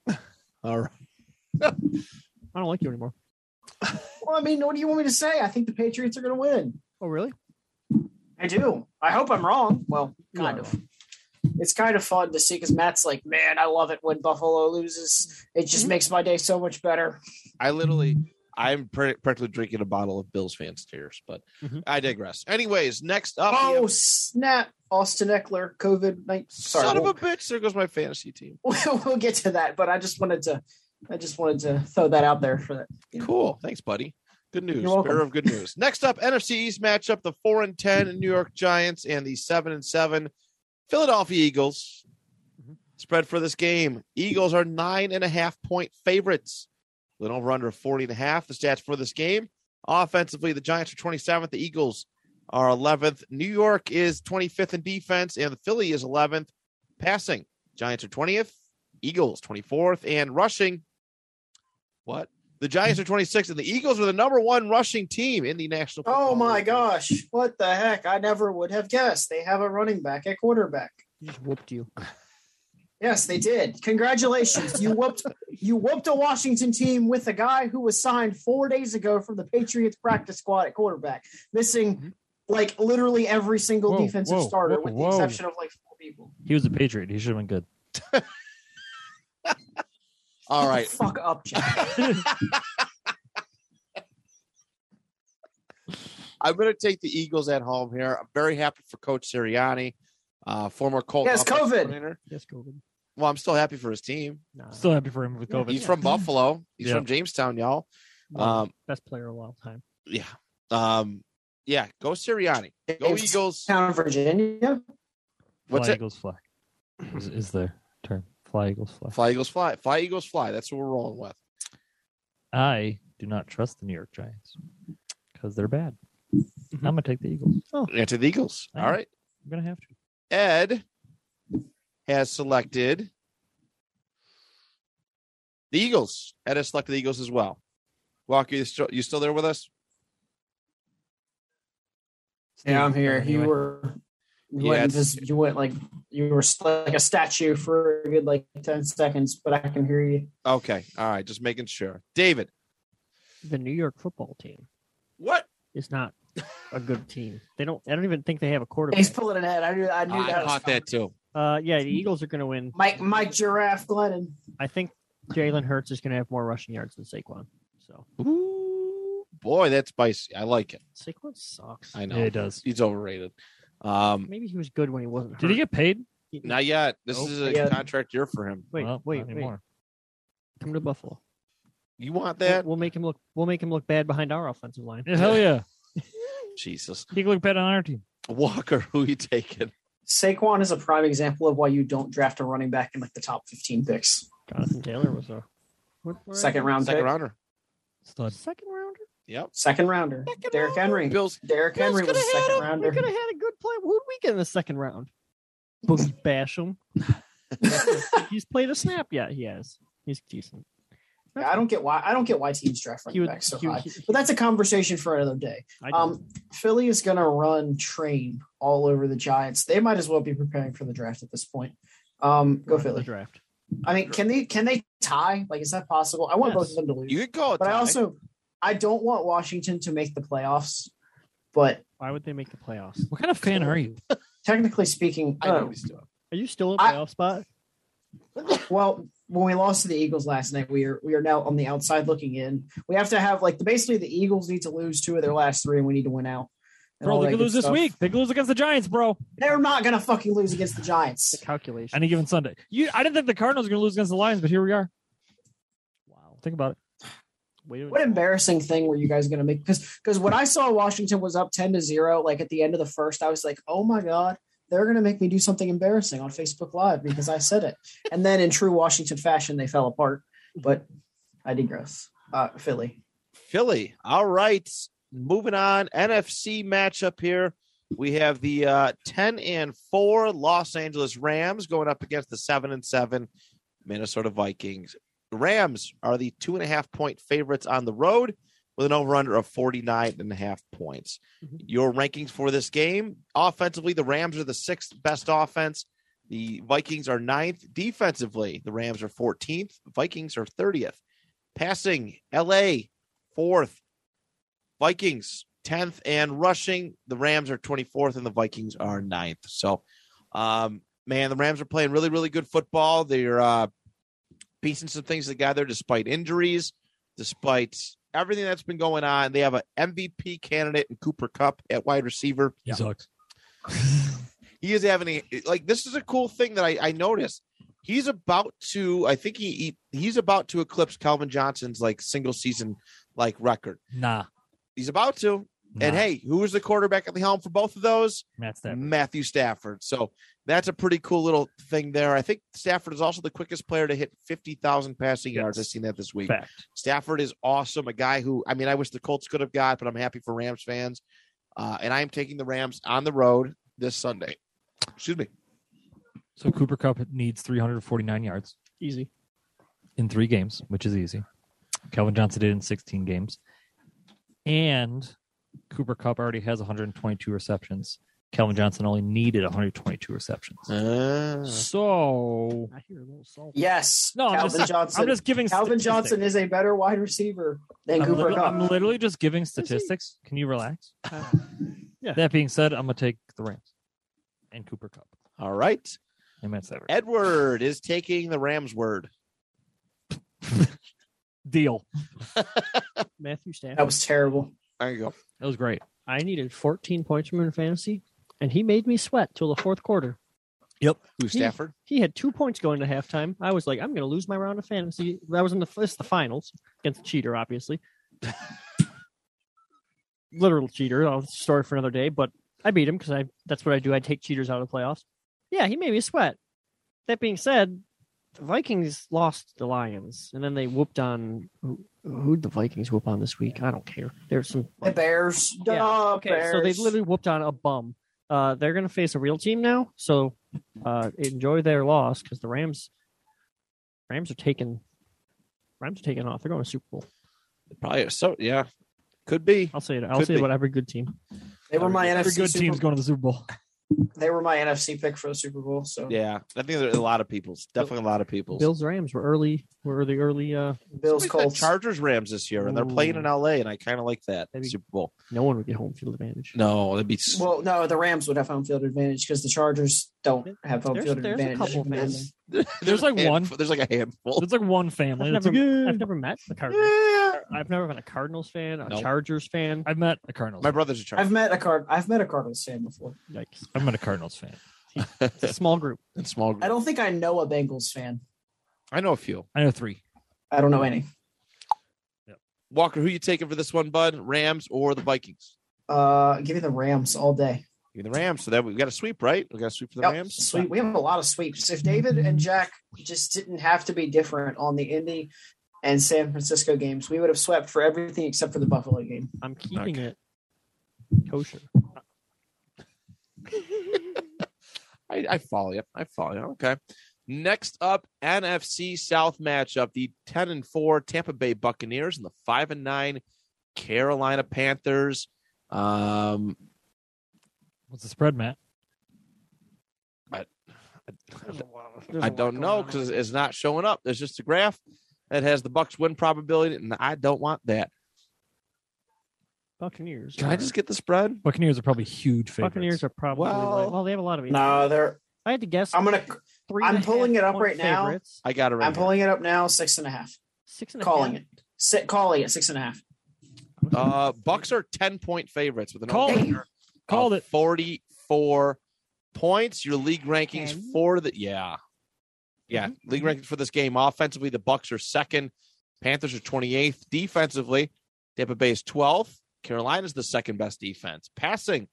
Speaker 4: it.
Speaker 1: All right.
Speaker 4: I don't like you anymore.
Speaker 2: Well, I mean, what do you want me to say? I think the Patriots are going to win.
Speaker 4: Oh, really?
Speaker 2: I do. I hope I'm wrong. Well,
Speaker 4: You
Speaker 2: kind
Speaker 4: are
Speaker 2: of. It's kind of fun to see because Matt's like, man, I love it when Buffalo loses. It just
Speaker 4: Mhm.
Speaker 2: makes my day so much better.
Speaker 1: I literally, I'm pr- practically drinking a bottle of Bills fans tears, but
Speaker 4: Mhm.
Speaker 1: I digress. Anyways, next up, we
Speaker 2: Oh,
Speaker 1: have-
Speaker 2: snap. Austin Eckler, COVID 19. Sorry.
Speaker 1: son of
Speaker 2: we'll-
Speaker 1: a bitch, there goes my fantasy team.
Speaker 2: we'll, we'll get to that, but I just wanted to, I just wanted to throw that out there for that.
Speaker 1: Cool, thanks, buddy. Good news,
Speaker 2: You're welcome.
Speaker 1: pair of good news. Next up, NFC East matchup: the four and ten New York Giants and the seven and seven Philadelphia Eagles.
Speaker 4: Mhm.
Speaker 1: Spread for this game: Eagles are nine and a half point favorites. With an over under of 40 and a half. The stats for this game: offensively, the Giants are 27th, the Eagles are 11th, New York is 25th in defense, and the Philly is 11th passing. Giants are 20th, Eagles 24th, and rushing. What? The Giants are 26th, and the Eagles are the number one rushing team in the national.
Speaker 2: Oh
Speaker 1: Football
Speaker 2: my
Speaker 1: League.
Speaker 2: gosh, what the heck? I never would have guessed they have a running back at quarterback.
Speaker 4: He just whooped you.
Speaker 2: Yes, they did. Congratulations, you whooped you whooped a Washington team with a guy who was signed four days ago from the Patriots practice squad at quarterback, missing like literally every single
Speaker 3: Mm-hmm. Whoa,
Speaker 2: defensive
Speaker 3: whoa,
Speaker 2: starter,
Speaker 3: whoa,
Speaker 2: with
Speaker 3: whoa.
Speaker 2: the exception of like four people.
Speaker 3: He was a Patriot. He should have been good.
Speaker 1: All right,
Speaker 2: fuck up, Jack.
Speaker 1: I'm going to take the Eagles at home here. I'm very happy for Coach Sirianni, uh, former Colt.
Speaker 2: He has
Speaker 1: offensive
Speaker 2: COVID.
Speaker 1: coordinator.
Speaker 4: Yes, COVID.
Speaker 1: Well, I'm still happy for his team.
Speaker 4: Nah.
Speaker 3: Still happy for him with COVID.
Speaker 1: He's from Buffalo. He's
Speaker 3: Yeah.
Speaker 1: from Jamestown, y'all.
Speaker 4: Well,
Speaker 1: Um,
Speaker 4: best player of all time.
Speaker 1: yeah, um, yeah. Go Sirianni. Go Eagles.
Speaker 2: Town of Virginia.
Speaker 1: What's
Speaker 3: fly
Speaker 1: it?
Speaker 3: Eagles fly is, is their term. Fly Eagles fly.
Speaker 1: Fly Eagles fly. Fly Eagles fly. That's what we're rolling with.
Speaker 3: I do not trust the New York Giants because they're bad. I'm gonna take the Eagles. Oh,
Speaker 1: Yeah, to the Eagles. All
Speaker 3: Yeah.
Speaker 1: right.
Speaker 3: I'm gonna have to.
Speaker 1: Ed has selected the Eagles. Ed has selected the Eagles as well. Walker, you still, you still there with us?
Speaker 2: Yeah, I'm here.
Speaker 3: Anyway.
Speaker 2: You were you,
Speaker 1: Yeah,
Speaker 2: went,
Speaker 1: it's-
Speaker 2: just, you went like you were st- like a statue for a good like ten seconds, but I can hear you.
Speaker 1: Okay. All right. Just making sure. David,
Speaker 4: The New York football team
Speaker 1: what?
Speaker 4: is not a good team. They don't. I don't even think they have a quarterback.
Speaker 2: He's pulling it ahead. I knew. I knew
Speaker 1: I
Speaker 2: that. was
Speaker 1: caught
Speaker 2: coming.
Speaker 1: that too.
Speaker 4: Uh, yeah, the Eagles are going to win.
Speaker 2: Mike, Mike, Giraffe, Glennon.
Speaker 4: I think Jalen Hurts is going to have more rushing yards than Saquon. So
Speaker 1: Ooh, boy, that's spicy. I like it.
Speaker 4: Saquon sucks.
Speaker 1: I know.
Speaker 3: Yeah, it does.
Speaker 1: He's overrated. Um,
Speaker 4: Maybe he was good when he wasn't.
Speaker 3: Did he
Speaker 4: hurt.
Speaker 3: get paid?
Speaker 1: not yet. This
Speaker 3: Nope.
Speaker 1: is a
Speaker 2: Yeah.
Speaker 1: contract year for him.
Speaker 4: Wait,
Speaker 3: Well,
Speaker 4: wait,
Speaker 3: not
Speaker 4: wait.
Speaker 3: anymore.
Speaker 4: Come to Buffalo.
Speaker 1: You want
Speaker 4: We'll,
Speaker 1: that?
Speaker 4: we'll make him look. We'll make him look bad behind our offensive line.
Speaker 3: Yeah, hell yeah.
Speaker 1: Jesus.
Speaker 3: He can look bad on our team.
Speaker 1: Walker, who you taking?
Speaker 2: Saquon is a prime example of why you don't draft a running back in like the top 15 picks,
Speaker 4: Jonathan Taylor was a what- where-
Speaker 2: second round,
Speaker 1: Second
Speaker 2: pick.
Speaker 1: rounder.
Speaker 3: Stud.
Speaker 4: Second rounder.
Speaker 1: Yep.
Speaker 2: second rounder.
Speaker 4: Second
Speaker 2: Derrick Henry.
Speaker 1: Bills.
Speaker 2: Derrick Henry was a second
Speaker 4: We
Speaker 2: rounder.
Speaker 4: could have had a good play. Who would we get in the second round? Boogie Basham. He's played a snap yet. He has. He's decent.
Speaker 2: Yeah, I don't get why. I don't get why teams draft
Speaker 4: He
Speaker 2: running
Speaker 4: would.
Speaker 2: backs so
Speaker 4: he would-
Speaker 2: high. But that's a conversation for another day.
Speaker 4: I don't-
Speaker 2: Um, Philly is going to run train all over the Giants. They might as well be preparing for the draft at this point. Um, go
Speaker 4: run the
Speaker 2: Philly.
Speaker 4: draft.
Speaker 2: I mean, can they can they tie? Like, is that possible? I want
Speaker 4: Yes.
Speaker 2: both of them to lose.
Speaker 1: You could call it.
Speaker 2: but I
Speaker 1: Ty.
Speaker 2: also I don't want Washington to make the playoffs. But
Speaker 4: Why would they make the playoffs?
Speaker 3: What kind of fan are you?
Speaker 2: technically speaking,
Speaker 1: I know what he's doing.
Speaker 4: Are you still in
Speaker 2: I-
Speaker 4: playoff spot?
Speaker 2: Well, when we lost to the Eagles last night, we are we are now on the outside looking in. We have to have like basically the Eagles need to lose two of their last three, and we need to win out. and all
Speaker 3: Bro,
Speaker 2: that
Speaker 3: they could
Speaker 2: good
Speaker 3: lose this
Speaker 2: stuff.
Speaker 3: week. They could lose against the Giants, bro.
Speaker 2: They're not gonna fucking lose against the Giants.
Speaker 4: The calculation.
Speaker 3: Any given Sunday. You, I didn't think the Cardinals were going to lose against the Lions, but here we are.
Speaker 4: Wow.
Speaker 3: Think about it.
Speaker 4: Way to-
Speaker 2: What embarrassing thing were you guys gonna make? Because because when I saw Washington was up ten to zero, like at the end of the first, I was like, oh my god, they're gonna make me do something embarrassing on Facebook Live because I said it. And then in true Washington fashion, they fell apart. But I digress. Uh, Philly.
Speaker 1: Philly. All right. Moving on. NFC matchup here. We have the uh, 10 and 4 Los Angeles Rams going up against the 7 and 7 Minnesota Vikings. The Rams are the two and a half point favorites on the road with an over under of 49 and a half points. Your rankings for this game offensively, the Rams are the sixth best offense. The Vikings are ninth. Defensively, the Rams are 14th. Vikings are 30th. Passing, LA fourth. Vikings tenth and rushing. The Rams are twenty fourth, and the Vikings are ninth. So, um, man, the Rams are playing really, really good football. They're uh, piecing some things together despite injuries, despite everything that's been going on. They have an MVP candidate in Cooper Cup at wide receiver
Speaker 3: He sucks.
Speaker 1: he is having a like this is a cool thing that I, I noticed. He's about to, I think he, he he's about to eclipse Calvin Johnson's like single season like record.
Speaker 3: Nah.
Speaker 1: He's about to. And
Speaker 3: Nah.
Speaker 1: hey, who was the quarterback at the helm for both of those?
Speaker 3: Matt
Speaker 2: Mm.
Speaker 3: Stafford.
Speaker 1: Matthew Stafford. So that's a pretty cool little thing there. I think Stafford is also the quickest player to hit 50,000 passing yards. I've
Speaker 3: Yes.
Speaker 1: seen that this week.
Speaker 3: Fact.
Speaker 1: Stafford is awesome. A guy who, I mean, I wish the Colts could have got, but I'm happy for Rams fans. Uh, and I am taking the Rams on the road this Sunday. Excuse me.
Speaker 3: So Cooper Cup needs 349 yards
Speaker 4: Easy.
Speaker 3: in three games, which is easy. Calvin Johnson did in 16 games. And Cooper Cup already has 122 receptions. Calvin Johnson only needed 122 receptions.
Speaker 2: Mm.
Speaker 3: So
Speaker 4: I hear a little salt.
Speaker 2: Yes.
Speaker 3: No, I'm
Speaker 2: Calvin
Speaker 3: just-
Speaker 2: Johnson.
Speaker 3: I'm just giving
Speaker 2: Calvin
Speaker 3: statistics.
Speaker 2: Johnson is a better wide receiver than
Speaker 3: I'm,
Speaker 2: Cooper
Speaker 3: lit- I'm
Speaker 2: Cup.
Speaker 3: literally just giving statistics. Can you relax?
Speaker 4: Yeah.
Speaker 3: That being said, I'm gonna take the Rams and Cooper Cup
Speaker 1: All right.
Speaker 3: and Matt Stafford.
Speaker 1: Edward is taking the Rams word.
Speaker 3: Deal.
Speaker 4: Matthew Stafford.
Speaker 2: That was terrible.
Speaker 1: There you go.
Speaker 3: That was great.
Speaker 4: I needed 14 points from him in fantasy, and he made me sweat till the fourth quarter.
Speaker 1: Who Stafford?
Speaker 4: He had two points going to halftime. I was like, I'm going to lose my round of fantasy. That was in the this is the finals against the cheater, obviously. Literal cheater. I'll story for another day, but I beat him because I that's what I do. I take cheaters out of the playoffs. Yeah, he made me sweat. That being said, the Vikings lost the Lions, and then they whooped on who who'd the Vikings whoop on this week? I don't care. There's some
Speaker 2: The Bears. Duh,
Speaker 4: okay, so they
Speaker 2: Bears.
Speaker 4: literally whooped on a bum. Uh, they're going to face a real team now, so uh, enjoy their loss because the Rams, Rams are taking, Rams are taking off. They're going to Super Bowl.
Speaker 1: Probably so. Yeah, could be.
Speaker 4: I'll say it. I'll
Speaker 1: Could
Speaker 4: say
Speaker 1: be.
Speaker 4: about every good team.
Speaker 2: they were my
Speaker 3: Every
Speaker 2: NFC.
Speaker 3: good
Speaker 2: Super-
Speaker 3: team's going to the Super Bowl.
Speaker 2: They were my NFC pick for the Super Bowl. So
Speaker 1: Yeah, I think there are a lot of people's. Definitely a lot of people's.
Speaker 4: Bills Rams were early. Were the early. Uh,
Speaker 2: Bills,
Speaker 1: Somebody said
Speaker 2: Colts.
Speaker 1: Chargers, Rams this year, and they're playing in LA, and I kind of like that
Speaker 4: Maybe-
Speaker 1: Super Bowl.
Speaker 4: no one would get home field advantage.
Speaker 1: No, that'd be. s-
Speaker 2: Well, no, the Rams would have home field advantage because the Chargers don't have home
Speaker 4: There's,
Speaker 2: field
Speaker 4: there's a
Speaker 2: advantage.
Speaker 4: couple
Speaker 2: And
Speaker 4: fans.
Speaker 3: there's like
Speaker 1: a
Speaker 3: one.
Speaker 1: handful- There's like a handful.
Speaker 3: It's like one
Speaker 4: I've
Speaker 3: family. That's
Speaker 4: never,
Speaker 3: like, eh.
Speaker 4: I've never met the Cardinals.
Speaker 1: Yeah.
Speaker 4: I've never been a Cardinals fan, a
Speaker 1: No.
Speaker 4: Chargers fan.
Speaker 3: I've met a Cardinals.
Speaker 1: My brother's a Charger.
Speaker 2: I've met a card. I've met a Cardinals fan before.
Speaker 4: Yikes!
Speaker 3: I've met a Cardinals fan.
Speaker 4: It's a small group.
Speaker 1: In small
Speaker 2: I
Speaker 1: group.
Speaker 2: don't think I know a Bengals fan.
Speaker 1: I know a few.
Speaker 3: I know three.
Speaker 2: I don't know any.
Speaker 1: Walker, who you taking for this one, bud? Rams or the Vikings?
Speaker 2: Uh, give me the Rams all day.
Speaker 1: Give me the Rams. So that we we got a sweep, right? We got a sweep for the
Speaker 2: Yep,
Speaker 1: Rams.
Speaker 2: Sweep. We have a lot of sweeps. If David and Jack just didn't have to be different on the Indy and San Francisco games, we would have swept for everything except for the Buffalo game.
Speaker 4: I'm keeping it kosher.
Speaker 1: I, I follow you. I follow you. Okay. Next up, NFC South matchup: the ten and four Tampa Bay Buccaneers and the five and nine Carolina Panthers. Um,
Speaker 3: What's the spread, Matt?
Speaker 1: I don't know because it's not showing up. There's just a graph that has the Bucks win probability, and I don't want that.
Speaker 4: Buccaneers.
Speaker 1: Can I
Speaker 4: are-
Speaker 1: just get the spread?
Speaker 3: Buccaneers are probably huge favorites.
Speaker 4: Buccaneers are probably
Speaker 1: Well-
Speaker 4: well, well they have a lot of.
Speaker 2: No, they're.
Speaker 4: I had to guess.
Speaker 2: I'm gonna.
Speaker 4: three.
Speaker 2: I'm
Speaker 4: and a half
Speaker 2: pulling it up
Speaker 4: point
Speaker 2: right now.
Speaker 4: favorites.
Speaker 1: I got it right.
Speaker 2: I'm pulling it up now. Six and a half.
Speaker 4: Six and a
Speaker 2: Calling
Speaker 4: half.
Speaker 2: it. Sit calling it six and a half.
Speaker 1: here. Uh, Bucks are ten point favorites with an
Speaker 3: Call it.
Speaker 1: over-under
Speaker 3: Called
Speaker 1: of
Speaker 3: it.
Speaker 1: forty four points. Your league rankings
Speaker 4: Ten.
Speaker 1: for the yeah, yeah. League rankings for this game. Offensively, the Bucks are second. Panthers are twenty eighth. Defensively, Tampa Bay is twelfth. Carolina's the second best defense. Passing,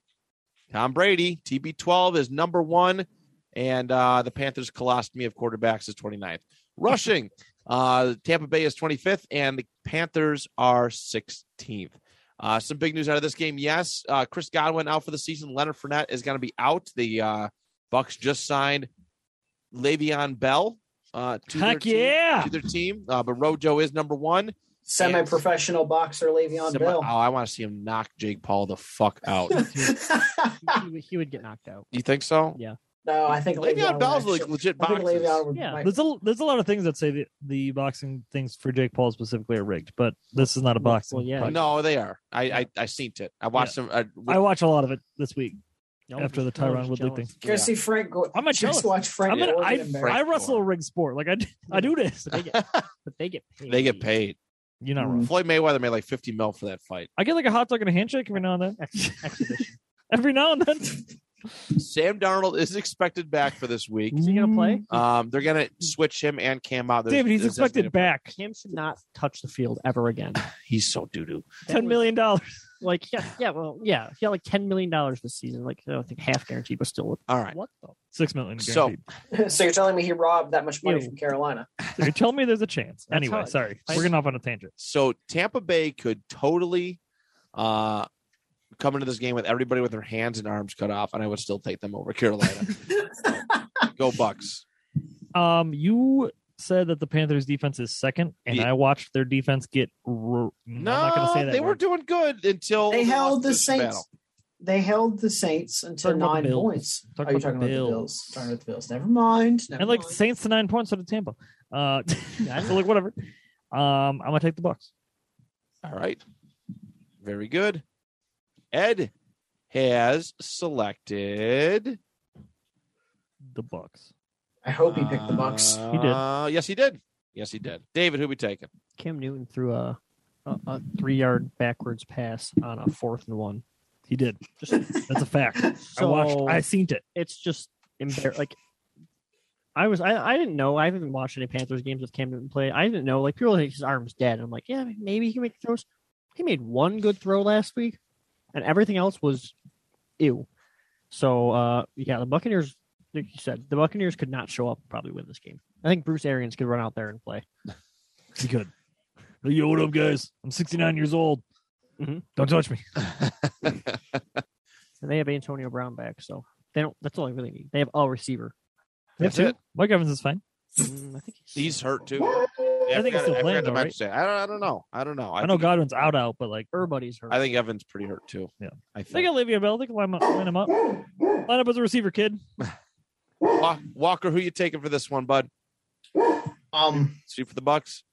Speaker 1: Tom Brady TB twelve is number one, and uh, the Panthers' colostomy of quarterbacks is 29th. Rushing, uh, Tampa Bay is twenty fifth, and the Panthers are sixteenth. Uh, some big news out of this game. Yes, uh, Chris Godwin out for the season. Leonard Fournette is going to be out. The uh, Bucks just signed Le'Veon Bell uh, to, their
Speaker 3: Heck
Speaker 1: team,
Speaker 3: yeah.
Speaker 1: to their team. Uh, but Rojo is number one.
Speaker 2: Semi-professional boxer Le'Veon
Speaker 1: Semi- oh, I want to see him knock Jake Paul the fuck out.
Speaker 2: Bell.
Speaker 4: He, would- he would get knocked out.
Speaker 1: you think so?
Speaker 4: Yeah.
Speaker 2: no, I think
Speaker 1: Le'Veon
Speaker 2: would
Speaker 1: Bell's
Speaker 2: actually-
Speaker 1: like legit
Speaker 2: I think
Speaker 1: boxers.
Speaker 2: Le'Veon would.
Speaker 3: Yeah,
Speaker 2: might-
Speaker 3: there's a there's a lot of things that say the, the boxing things for Jake Paul specifically are rigged, but this is not a
Speaker 4: Well,
Speaker 3: boxing.
Speaker 4: well, yeah.
Speaker 3: podcast.
Speaker 1: No, they are. I I, I seen it. I watched them. uh, I,
Speaker 3: I watch a lot of it this week.
Speaker 4: No,
Speaker 3: After the
Speaker 4: just jealous,
Speaker 3: Tyron Woodley
Speaker 4: jealous.
Speaker 3: thing.
Speaker 2: Go see Frank. Go-
Speaker 3: I'm a jealous.
Speaker 2: just watch Frank.
Speaker 3: I'm gonna,
Speaker 2: Gore
Speaker 3: I,
Speaker 2: get embarrassed.
Speaker 3: I
Speaker 1: Frank
Speaker 3: wrestle
Speaker 1: Gore.
Speaker 3: a rigged sport. Like I, d- I do this.
Speaker 4: But they get, but they get paid.
Speaker 1: they get paid.
Speaker 3: You're not
Speaker 4: Mm.
Speaker 3: wrong.
Speaker 1: Floyd Mayweather made like fifty mil for that fight.
Speaker 3: I get like a hot dog and a handshake every now and then.
Speaker 4: Ex- exhibition.
Speaker 3: Every now and then.
Speaker 1: Sam Darnold is expected back for this week.
Speaker 4: Is he gonna play?
Speaker 1: Um, they're gonna switch him and Cam out. There's-
Speaker 3: David, he's
Speaker 1: there's
Speaker 3: expected
Speaker 1: designated-
Speaker 3: back.
Speaker 4: Cam should not touch the field ever again.
Speaker 1: He's so doo doo.
Speaker 3: Ten million dollars.
Speaker 4: Like yeah, yeah, well, yeah, he had like ten million dollars this season. Like I don't think half guaranteed, but still.
Speaker 1: All right.
Speaker 4: What the?
Speaker 3: Six million.
Speaker 1: So-
Speaker 3: Guaranteed.
Speaker 2: so you're telling me he robbed that much money
Speaker 4: Ew.
Speaker 2: from Carolina?
Speaker 3: So you're telling me there's a chance.
Speaker 4: That's
Speaker 3: Anyway,
Speaker 4: how-
Speaker 3: sorry.
Speaker 4: I-
Speaker 3: We're getting off on a tangent.
Speaker 1: So Tampa Bay could totally uh come into this game with everybody with their hands and arms cut off, and I would still take them over Carolina. Go Bucks.
Speaker 3: Um, you said that the Panthers defense is second, and
Speaker 1: Yeah.
Speaker 3: I watched their defense get. Ro- I'm
Speaker 1: No,
Speaker 3: not gonna say that
Speaker 1: they were
Speaker 3: word.
Speaker 1: doing good until
Speaker 2: They held
Speaker 1: lost
Speaker 2: the
Speaker 1: this
Speaker 2: Saints.
Speaker 1: battle.
Speaker 2: They held the Saints until
Speaker 3: Talking about the
Speaker 2: nine
Speaker 3: Bills.
Speaker 2: points.
Speaker 3: Talking
Speaker 2: Are you
Speaker 3: about
Speaker 2: talking
Speaker 3: the
Speaker 2: about the
Speaker 3: Bills.
Speaker 2: Bills? Talking about the Bills. Never mind. Never
Speaker 3: and like
Speaker 2: mind.
Speaker 3: Saints to nine points out of Tampa. Uh,
Speaker 4: Yeah, I
Speaker 3: so like whatever. Um, I'm gonna take the Bucks.
Speaker 1: All right. Very good. Ed has selected.
Speaker 3: The Bucks.
Speaker 2: I hope he picked the Bucks.
Speaker 1: Uh,
Speaker 3: He did.
Speaker 1: Yes, he did. Yes, he did. David, who we taking?
Speaker 4: Cam Newton threw a a, a three yard backwards pass on a fourth and one.
Speaker 3: He did.
Speaker 4: Just
Speaker 3: That's a fact. I
Speaker 4: so
Speaker 3: watched. I seen it.
Speaker 4: it's just embarrassing. Like I was, I, I didn't know. I haven't watched any Panthers games with Cam Newton play. I didn't know. Like people are like his arm's dead. I'm like, yeah, maybe he can make throws. He made one good throw last week, and everything else was ew. So uh yeah, the Buccaneers, like you said, the Buccaneers could not show up and probably win this game. I think Bruce Arians could run out there and play.
Speaker 3: He could. Yo, what up, guys? I'm 69 years old.
Speaker 4: Mhm.
Speaker 3: Don't touch me.
Speaker 4: And they have Antonio Brown back, so they don't. That's all they really need. They have all receiver.
Speaker 1: That's it.
Speaker 3: Mike Evans is fine.
Speaker 4: Mm, I think
Speaker 1: He's hurt too. Yeah,
Speaker 3: I think
Speaker 1: forgot-
Speaker 3: he's still
Speaker 1: forgot
Speaker 3: playing
Speaker 1: to
Speaker 3: though,
Speaker 1: mention it. I don't. I don't know. I don't know.
Speaker 3: I, know
Speaker 1: think-
Speaker 3: Godwin's out, out, but like
Speaker 4: everybody's hurt.
Speaker 1: I think Evan's pretty hurt too.
Speaker 3: Yeah.
Speaker 1: I
Speaker 3: they
Speaker 1: think
Speaker 3: got Le'Veon Bell. They can line him up. Line him up. Line up as a receiver, kid.
Speaker 1: Wa- Walker, who you taking for this one, bud?
Speaker 2: Um.
Speaker 1: Shoot for the Bucks.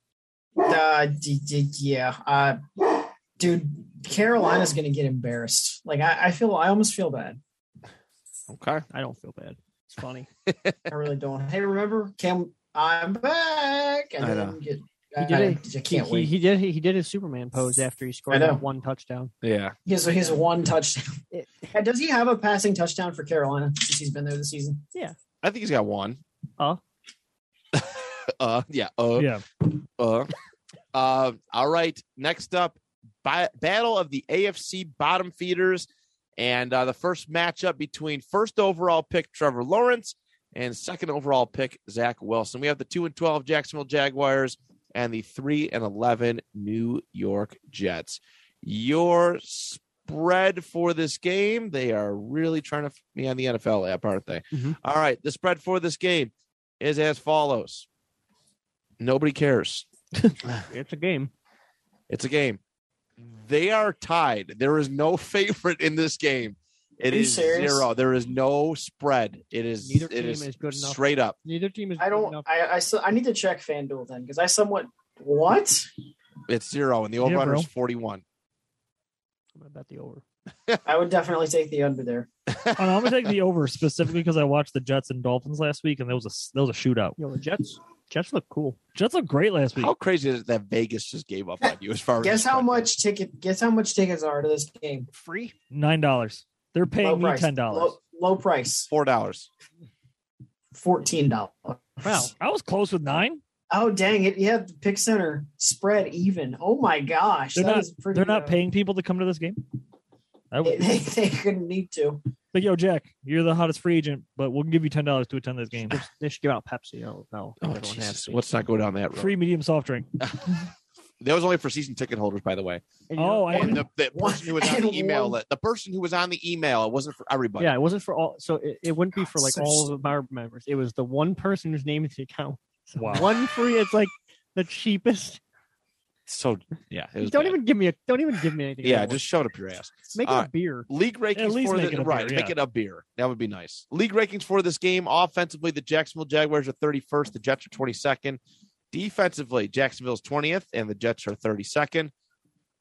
Speaker 2: Uh, d- d- yeah. Uh, dude, Carolina's gonna get embarrassed. Like I, I feel, I almost feel bad.
Speaker 1: Okay.
Speaker 4: I don't feel bad. It's funny.
Speaker 2: I really don't. Hey, remember Cam? I'm back. And
Speaker 1: I know.
Speaker 2: then Get,
Speaker 4: He
Speaker 2: I,
Speaker 4: did it.
Speaker 2: I can't
Speaker 4: he,
Speaker 2: wait.
Speaker 4: He, he did. He did his Superman pose after he
Speaker 2: I
Speaker 4: scored
Speaker 2: know.
Speaker 4: that one touchdown.
Speaker 1: Yeah.
Speaker 2: He has, he has one touchdown. And Does he have a passing touchdown for Carolina since he's been there this season?
Speaker 1: I think he's got one.
Speaker 4: Uh.
Speaker 1: uh. Yeah. Uh.
Speaker 3: Yeah.
Speaker 1: Uh. Uh, all right. Next up, bi- battle of the AFC bottom feeders, and uh, the first matchup between first overall pick Trevor Lawrence and second overall pick Zach Wilson. We have the two and twelve Jacksonville Jaguars and the three and eleven New York Jets. Your spread for this game? They are really trying to f- me on the NFL app, aren't they?
Speaker 4: Mhm.
Speaker 1: All right. The spread for this game is as follows. Nobody cares.
Speaker 4: It's a game.
Speaker 1: It's a game. They are tied. There is no favorite in this game. It
Speaker 2: Are you
Speaker 1: is
Speaker 2: serious?
Speaker 1: zero. There is no spread. It is
Speaker 4: Neither
Speaker 1: it
Speaker 4: team
Speaker 1: is
Speaker 4: is good enough.
Speaker 1: straight up.
Speaker 4: Neither team is.
Speaker 2: I
Speaker 4: good
Speaker 2: don't.
Speaker 4: enough.
Speaker 2: I I, still, I need to check FanDuel then because I somewhat what?
Speaker 1: It's zero, and the
Speaker 3: Yeah,
Speaker 1: over under
Speaker 3: bro.
Speaker 1: is forty one.
Speaker 4: I'm gonna bet the over.
Speaker 2: I would definitely take the under there.
Speaker 3: I am gonna take the over specifically because I watched the Jets and Dolphins last week, and there was a there was a shootout.
Speaker 4: Yo, the Jets. Jets look cool.
Speaker 3: Jets looked great last week.
Speaker 1: How crazy is it that Vegas just gave up on you as far as
Speaker 2: Guess how
Speaker 1: spread
Speaker 2: much ticket? Guess how much tickets are to this game?
Speaker 4: Free.
Speaker 3: Nine dollars. They're
Speaker 2: Low
Speaker 3: paying me
Speaker 2: price.
Speaker 3: ten dollars.
Speaker 2: Low, low price.
Speaker 1: goes? Four dollars.
Speaker 2: Fourteen dollars.
Speaker 3: Wow, I was close with nine.
Speaker 2: Oh dang it! Yeah, the pick center spread even. Oh my gosh,
Speaker 3: They're
Speaker 2: that
Speaker 3: not-
Speaker 2: is pretty.
Speaker 3: They're not
Speaker 2: uh,
Speaker 3: paying people to come to this game. I
Speaker 2: They,
Speaker 3: would
Speaker 2: they, they couldn't need to.
Speaker 3: like, yo, Jack, you're the hottest free agent, but we'll give you ten dollars to attend this game.
Speaker 4: They should give out Pepsi. Oh no,
Speaker 1: Oh,
Speaker 4: everyone has
Speaker 1: Jesus.
Speaker 4: to.
Speaker 1: Let's not go down that road.
Speaker 3: Free medium soft drink.
Speaker 1: That was only for season ticket holders, by the way.
Speaker 4: And you know-
Speaker 3: Oh, I
Speaker 1: And the, the
Speaker 2: One-
Speaker 1: person who was on
Speaker 2: and
Speaker 1: the email,
Speaker 2: one-
Speaker 1: the person who was on the email, it wasn't for everybody.
Speaker 4: yeah, it wasn't for all. So it, it wouldn't be for
Speaker 2: God,
Speaker 4: like
Speaker 2: so
Speaker 4: all of our members. It was the one person whose name is the account. So
Speaker 3: Wow.
Speaker 4: One free. It's like the cheapest.
Speaker 1: So yeah, it was
Speaker 4: Don't
Speaker 1: bad.
Speaker 4: even give me a. Don't even give me anything.
Speaker 1: Yeah,
Speaker 4: I don't
Speaker 1: just uh, shove it up your ass.
Speaker 4: want. make it
Speaker 1: all right.
Speaker 4: a beer.
Speaker 1: League rankings
Speaker 3: least
Speaker 1: for
Speaker 3: make
Speaker 1: the,
Speaker 3: it a
Speaker 1: right,
Speaker 3: beer,
Speaker 1: make
Speaker 3: yeah.
Speaker 1: it a beer. That would be nice. League rankings for this game: offensively, the Jacksonville Jaguars are 31st, the Jets are 22nd. Defensively, Jacksonville's 20th, and the Jets are 32nd.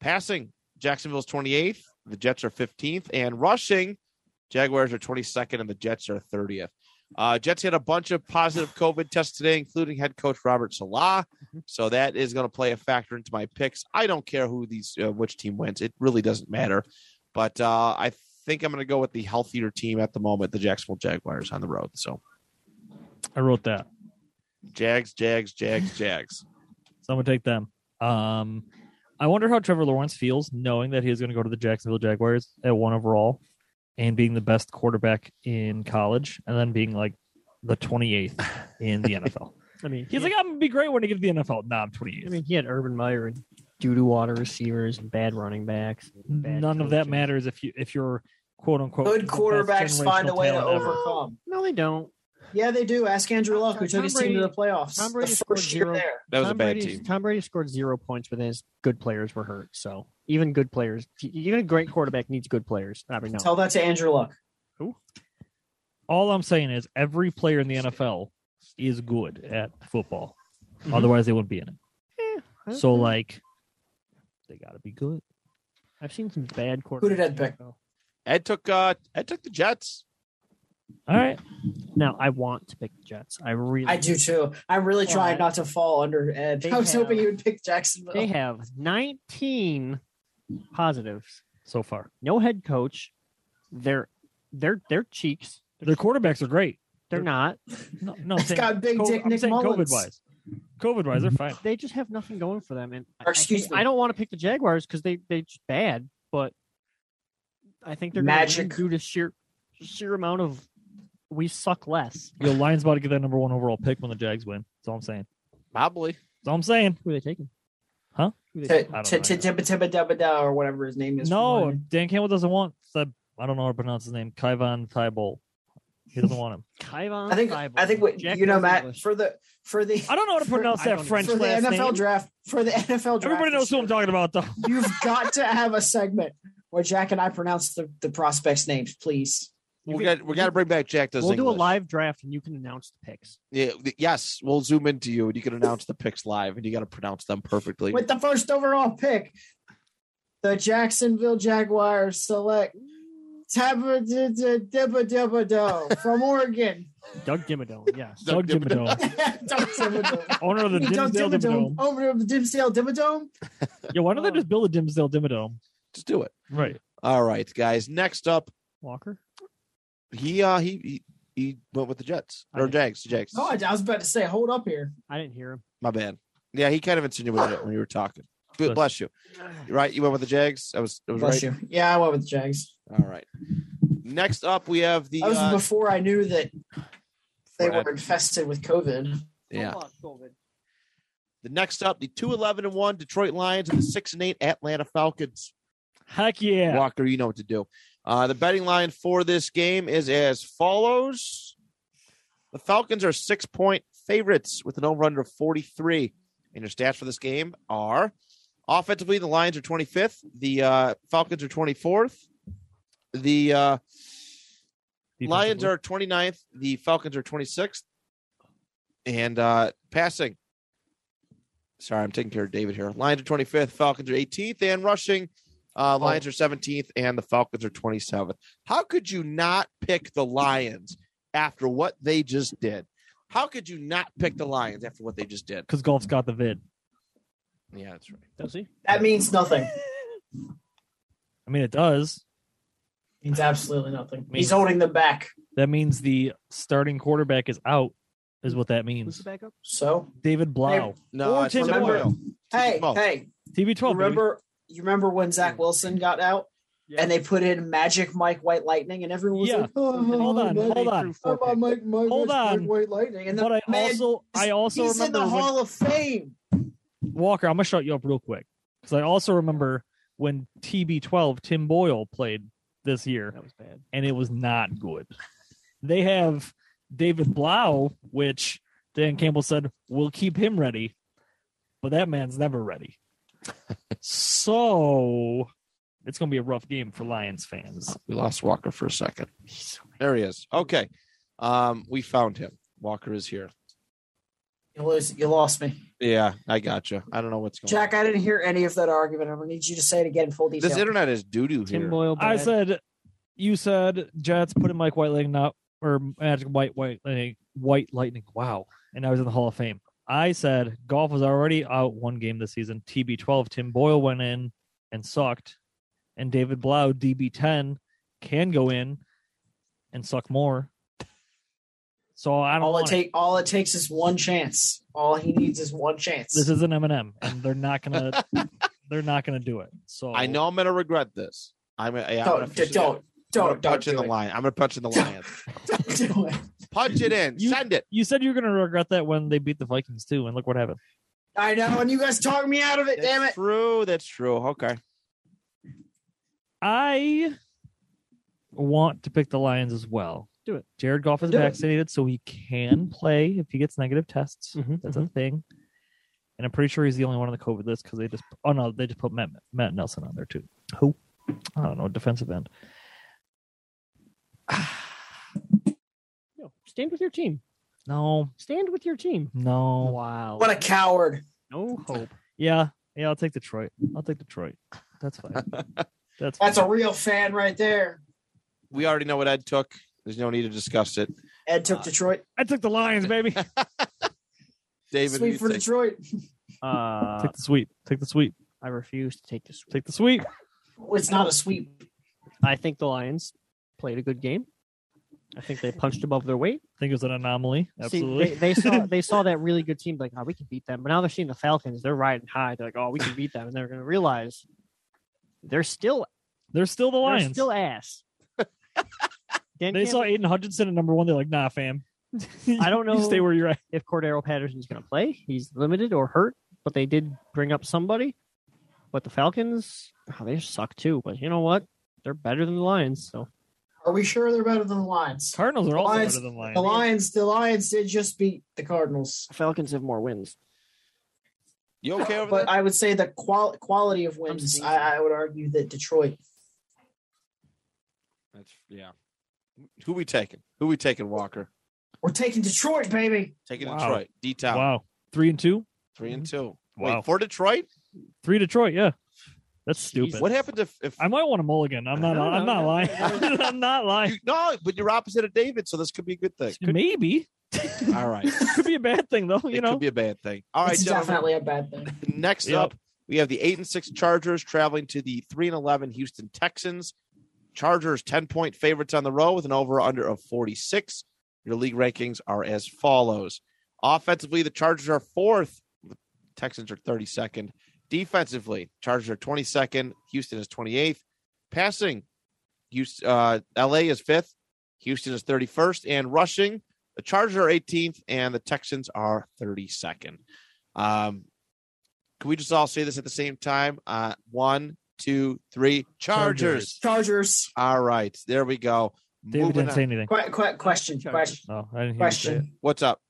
Speaker 1: Passing, Jacksonville's 28th, the Jets are 15th, and rushing, Jaguars are 22nd, and the Jets are 30th. Uh, Jets had a bunch of positive COVID tests today, including head coach Robert Salah.
Speaker 3: Mm-hmm.
Speaker 1: So that is going to play a factor into my picks. I don't care who these, uh, which team wins. It really doesn't matter. But uh, I think I'm going to go with the healthier team at the moment, the Jacksonville Jaguars on the road. So
Speaker 3: I wrote that.
Speaker 1: Jags, Jags, Jags, Jags.
Speaker 3: So I'm gonna take them. Um, I wonder how Trevor Lawrence feels knowing that he is going to go to the Jacksonville Jaguars at one overall, and being the best quarterback in college, and then being like the 28th in the NFL.
Speaker 4: I mean,
Speaker 3: He's
Speaker 4: he-
Speaker 3: like, I'm gonna be great when I get to the NFL. Nah, I'm
Speaker 4: I
Speaker 3: 28th.
Speaker 4: mean, he had Urban Meyer and doo doo water receivers and bad running backs. and bad
Speaker 3: None of that
Speaker 4: coaches.
Speaker 3: matters if you if you're quote unquote
Speaker 2: Good
Speaker 3: Oh, the best
Speaker 2: quarterbacks find a
Speaker 3: generational
Speaker 2: way to
Speaker 3: talent ever.
Speaker 2: overcome.
Speaker 4: No, they don't.
Speaker 2: Yeah, they do. Ask Andrew Luck, who
Speaker 4: Tom
Speaker 2: took his team
Speaker 4: Brady-
Speaker 2: to the playoffs.
Speaker 4: Tom Brady
Speaker 2: the
Speaker 4: scored
Speaker 2: first year
Speaker 4: zero-
Speaker 2: there.
Speaker 1: That was a
Speaker 4: Tom
Speaker 1: bad
Speaker 4: Brady's-
Speaker 1: team.
Speaker 4: Tom Brady scored zero points when his good players were hurt. So even good players, e-, even a great quarterback needs good players. I mean, no.
Speaker 2: Tell that to Andrew Luck.
Speaker 3: All I'm saying is every player in the NFL is good at football. Otherwise, they wouldn't be in it.
Speaker 4: I don't
Speaker 3: So
Speaker 4: know.
Speaker 3: like, they gotta be good.
Speaker 4: I've seen some bad quarterbacks.
Speaker 2: Who did Ed
Speaker 4: in the
Speaker 2: pick?
Speaker 4: NFL.
Speaker 1: Ed took uh, Ed took the Jets.
Speaker 3: All right.
Speaker 4: Now I want to pick the Jets. I really.
Speaker 2: I do too. I'm really
Speaker 4: Well,
Speaker 2: trying
Speaker 4: I-
Speaker 2: not to fall under Ed.
Speaker 4: They
Speaker 2: I was
Speaker 4: have-
Speaker 2: hoping you would pick oh. Jacksonville.
Speaker 4: They have 19 positives.
Speaker 3: So far,
Speaker 4: No head coach. Their their their cheeks.
Speaker 3: their quarterbacks are great.
Speaker 4: They're not.
Speaker 3: No, no I'm
Speaker 2: It's
Speaker 3: saying,
Speaker 2: got big
Speaker 3: co-
Speaker 2: dick
Speaker 3: I'm
Speaker 2: Nick
Speaker 3: saying COVID
Speaker 2: Mullins.
Speaker 3: wise. COVID wise, they're fine.
Speaker 4: They just have nothing going for them. And I-
Speaker 2: Or excuse
Speaker 4: I, think-
Speaker 2: me.
Speaker 4: I don't want to pick the Jaguars because they they're just bad. But I think they're
Speaker 2: Magic.
Speaker 4: gonna win due to sheer sheer amount of we suck less.
Speaker 3: Your Lions about to get that number one overall pick when the Jags win. That's all I'm saying.
Speaker 1: Probably.
Speaker 3: That's all I'm saying.
Speaker 4: Who are they taking?
Speaker 3: Huh?
Speaker 4: Who are they
Speaker 2: To,
Speaker 4: taking?
Speaker 3: I don't
Speaker 2: to,
Speaker 3: know.
Speaker 2: to Tibba Tibba Dabba Da or whatever his name is.
Speaker 3: No, Dan Campbell doesn't want. The, I don't know how to pronounce his name. Kyvon Thibault. He doesn't want him.
Speaker 4: Kyvon
Speaker 2: I think
Speaker 4: Thibault,
Speaker 2: I think what,
Speaker 4: Jack
Speaker 2: you know,
Speaker 4: knows
Speaker 2: Matt.
Speaker 4: English.
Speaker 2: For the for the
Speaker 3: I don't know how to
Speaker 2: For-
Speaker 3: pronounce
Speaker 4: I
Speaker 3: that
Speaker 4: don't
Speaker 3: French
Speaker 2: for the
Speaker 3: last
Speaker 2: NFL
Speaker 3: name.
Speaker 2: draft for the NFL draft.
Speaker 3: Everybody knows
Speaker 2: this
Speaker 3: who I'm
Speaker 2: year,
Speaker 3: talking about, though.
Speaker 2: You've got to have a segment where Jack and I pronounce the, the prospects' names, please.
Speaker 1: We got we got to bring back Jack. Does
Speaker 4: We'll do a
Speaker 1: English.
Speaker 4: live draft and you can announce the picks.
Speaker 1: Yeah, th- yes, we'll zoom into you, and you can announce the picks live, and you got to pronounce them perfectly.
Speaker 2: With the first overall pick, the Jacksonville Jaguars select Tabba Dibba Dibba Dibba Do from Oregon.
Speaker 4: Doug Dimmadome, yes.
Speaker 1: Doug
Speaker 3: Doug Dimmadome,
Speaker 2: Doug Dimmadome.
Speaker 3: owner of the
Speaker 2: Doug
Speaker 3: Dimsdale Dimmadome.
Speaker 2: Dimmadome, owner of the Dimsdale Dimmadome.
Speaker 3: Yeah, why don't they just build a Dimsdale Dimmadome?
Speaker 1: Just do it.
Speaker 3: Right.
Speaker 1: All right, guys. Next up,
Speaker 4: Walker.
Speaker 1: he uh he he, he went with the Jets or
Speaker 4: Okay.
Speaker 1: Jags. Jags.
Speaker 2: Oh, I I was about to say, hold up here.
Speaker 4: I didn't hear him.
Speaker 1: My bad. Yeah, he kind of insinuated it when you were talking. Bless, bless you. Right, you went with the Jags. I was, I was
Speaker 2: Bless
Speaker 1: right.
Speaker 2: you. Yeah, I went with the Jags.
Speaker 1: All right. Next up, we have the
Speaker 2: That was
Speaker 1: uh,
Speaker 2: before I knew that they
Speaker 1: Fred.
Speaker 2: were infested with COVID.
Speaker 1: yeah. The next up, the two eleven and one Detroit Lions and the six and eight Atlanta Falcons.
Speaker 3: Heck yeah.
Speaker 1: Walker, you know what to do. Uh, the betting line for this game is as follows: The Falcons are six point favorites with an over under of forty three. And your stats for this game are: offensively, the Lions are twenty fifth, the uh, Falcons are twenty fourth, the uh, Lions are 29th. The Falcons are 26th. And uh passing. Sorry, I'm taking care of David here. Lions are 25th. Falcons are 18th. And rushing. Uh, Lions are 17th and the Falcons are 27th. How could you not pick the Lions after what they just did? How could you not pick the Lions after what they just did?
Speaker 3: because golf's got the vid.
Speaker 1: Yeah, that's right.
Speaker 4: Does he?
Speaker 2: That means nothing.
Speaker 3: I mean, it does.
Speaker 2: Means absolutely nothing.
Speaker 3: Means-
Speaker 2: He's holding them back.
Speaker 3: That means the starting quarterback is out, is what that
Speaker 4: Who's the
Speaker 3: means.
Speaker 4: backup?
Speaker 2: So
Speaker 3: David Blau,
Speaker 1: No,
Speaker 3: Or
Speaker 1: it's not
Speaker 2: remember-
Speaker 1: real.
Speaker 2: hey,
Speaker 1: Well,
Speaker 2: hey,
Speaker 3: TV12. Remember?
Speaker 2: remember you remember when Zach Wilson got out
Speaker 4: Yeah.
Speaker 2: and they put in Magic Mike White Lightning and everyone was
Speaker 3: Yeah.
Speaker 2: like, oh,
Speaker 3: Hold on,
Speaker 2: Magic,
Speaker 3: hold on.
Speaker 4: Threw four
Speaker 2: how about
Speaker 4: picks.
Speaker 2: Mike, Mike
Speaker 3: Hold on.
Speaker 2: White Lightning. And
Speaker 3: But I
Speaker 2: the man,
Speaker 3: also, I also
Speaker 2: he's in
Speaker 3: remember
Speaker 2: the
Speaker 3: when-
Speaker 2: Hall of Fame.
Speaker 3: Walker. I'm gonna shut you up real quick because I also remember when TB12 Tim Boyle played this year.
Speaker 4: That was bad.
Speaker 3: and it was not good. They have David Blau, which Dan Campbell said will keep him ready, but that man's never ready. so it's going to be a rough game for Lions fans.
Speaker 1: We lost Walker for a second. There he is. Okay. Um, we found him. Walker is here.
Speaker 2: You lose, you lost me,
Speaker 1: Yeah, I gotcha. I don't know what's going
Speaker 2: Jack.
Speaker 1: on.
Speaker 2: I didn't hear any of that argument. I'm gonna need you to say it again in full detail.
Speaker 1: This internet is doo doo
Speaker 4: Tim
Speaker 1: here.
Speaker 4: Boyle.
Speaker 3: I
Speaker 4: bad.
Speaker 3: said, you said Jets put in Mike White Lightning, not or Magic White White Lightning, White Lightning. Wow, and I was in the Hall of Fame. I said golf was already out one game this season. TB12 Tim Boyle went in and sucked, and David Blau DB10 can go in and suck more. So I don't.
Speaker 2: all it
Speaker 3: want it.
Speaker 2: take all it takes is one chance. All he needs is one chance.
Speaker 3: This is an M&M, and they're not gonna. they're not gonna do it. So
Speaker 1: I know I'm gonna regret this. I'm gonna, yeah, I'm gonna
Speaker 2: don't,
Speaker 1: fish
Speaker 2: don't,
Speaker 1: it in.
Speaker 2: don't,
Speaker 1: I'm
Speaker 2: don't,
Speaker 1: gonna punch in
Speaker 2: do
Speaker 1: the
Speaker 2: it.
Speaker 1: lion. I'm gonna punch in the lions.
Speaker 2: Don't do it.
Speaker 1: punch it in.
Speaker 3: You-
Speaker 1: Send it.
Speaker 3: you said you were gonna regret that when they beat the Vikings too, and look what happened.
Speaker 2: I know, and you guys talk me out of it. Damn
Speaker 1: That's
Speaker 2: it.
Speaker 1: True. That's true. Okay.
Speaker 3: I want to pick the Lions as well.
Speaker 4: Do it.
Speaker 3: Jared Goff is
Speaker 2: Do it.
Speaker 3: vaccinated, so he can play if he gets negative tests.
Speaker 4: Mhm,
Speaker 3: That's a thing. And I'm pretty sure he's the only one on the COVID list because they just oh no, they just put Matt, Matt Nelson on there too. Who? I don't know, defensive end.
Speaker 4: No. Stand with your team.
Speaker 3: No,
Speaker 4: Stand with your team.
Speaker 3: no.
Speaker 4: Wow.
Speaker 2: What a coward.
Speaker 4: no hope.
Speaker 3: Yeah, yeah, I'll take Detroit. I'll take Detroit. That's fine. That's
Speaker 2: That's
Speaker 3: fine.
Speaker 2: a real fan right there.
Speaker 1: We already know what Ed took. There's no need to discuss it.
Speaker 3: Uh,
Speaker 2: Ed took Detroit.
Speaker 3: I took the Lions, baby.
Speaker 1: David,
Speaker 2: Sweet
Speaker 1: who'd
Speaker 2: for
Speaker 1: you say?
Speaker 2: Detroit.
Speaker 4: Uh,
Speaker 3: take the sweep. Take the sweep.
Speaker 4: I refuse to take this.
Speaker 3: Take the sweep.
Speaker 2: It's not a sweep.
Speaker 4: I think the Lions played a good game. I think they punched above their weight.
Speaker 3: I think it was an anomaly. Absolutely.
Speaker 4: See, they, they saw they saw that really good team like, oh, we can beat them. But now they're seeing the Falcons. They're riding high. They're like, oh, we can beat them, and they're going to realize they're still
Speaker 3: They're still the
Speaker 4: they're
Speaker 3: Lions.
Speaker 4: still ass. Dan
Speaker 3: They saw Aiden
Speaker 4: Campbell-
Speaker 3: Hutchinson at number one. They're like, nah, fam.
Speaker 4: I don't
Speaker 3: You
Speaker 4: know.
Speaker 3: stay where you're at.
Speaker 4: if Cordero Patterson's going to play. He's limited or hurt, but they did bring up somebody. But the Falcons, oh, they suck too. But you know what? They're better than the Lions. So
Speaker 2: Are we sure they're better than the Lions?
Speaker 3: Cardinals are also
Speaker 2: Lions-
Speaker 3: better than Lions.
Speaker 2: The Lions, the Lions did just beat the Cardinals,
Speaker 4: the Falcons have more wins.
Speaker 1: You okay over
Speaker 2: but
Speaker 1: there?
Speaker 2: I would say the qual- quality of wins.
Speaker 4: Amazing.
Speaker 2: I, I would argue that Detroit.
Speaker 1: That's, yeah. Who we taking? Who we taking? Walker
Speaker 2: We're taking Detroit, baby.
Speaker 1: taking
Speaker 3: Wow.
Speaker 1: Detroit. D town.
Speaker 3: Wow. Three and two?
Speaker 1: Three and two.
Speaker 3: Wow.
Speaker 1: Wait for Detroit.
Speaker 3: Three Detroit, yeah. That's stupid.
Speaker 1: What happened if, if
Speaker 3: I might want a mulligan. I'm not
Speaker 4: No,
Speaker 3: I'm
Speaker 4: no,
Speaker 3: not
Speaker 4: no.
Speaker 3: lying. I'm not lying.
Speaker 1: you, no? But you're opposite of David, so this could be a good thing.
Speaker 3: Maybe.
Speaker 1: All right.
Speaker 3: could be a bad thing though, you
Speaker 1: it
Speaker 3: know.
Speaker 1: could be a bad thing. All right,
Speaker 2: it's
Speaker 1: gentlemen.
Speaker 2: definitely a bad thing.
Speaker 1: Next
Speaker 3: Yep.
Speaker 1: up, we have the eight and six Chargers traveling to the three and eleven Houston Texans. Chargers ten point favorites on the road with an over under of forty six. Your league rankings are as follows: offensively, the Chargers are fourth, the Texans are thirty second. Defensively, Chargers are twenty second, Houston is twenty eighth. Passing, Houston, uh, L.A. is fifth, Houston is thirty first, and rushing, the Chargers are eighteenth, and the Texans are thirty second. Um, can we just all say this at the same time? Uh, one, two, three. Chargers.
Speaker 2: Chargers.
Speaker 1: All right, there we go.
Speaker 3: David
Speaker 1: Moving
Speaker 3: didn't
Speaker 1: on.
Speaker 3: say anything.
Speaker 2: Qu- qu- question. Question.
Speaker 3: No, I didn't hear you say it.
Speaker 2: Question.
Speaker 1: What's up?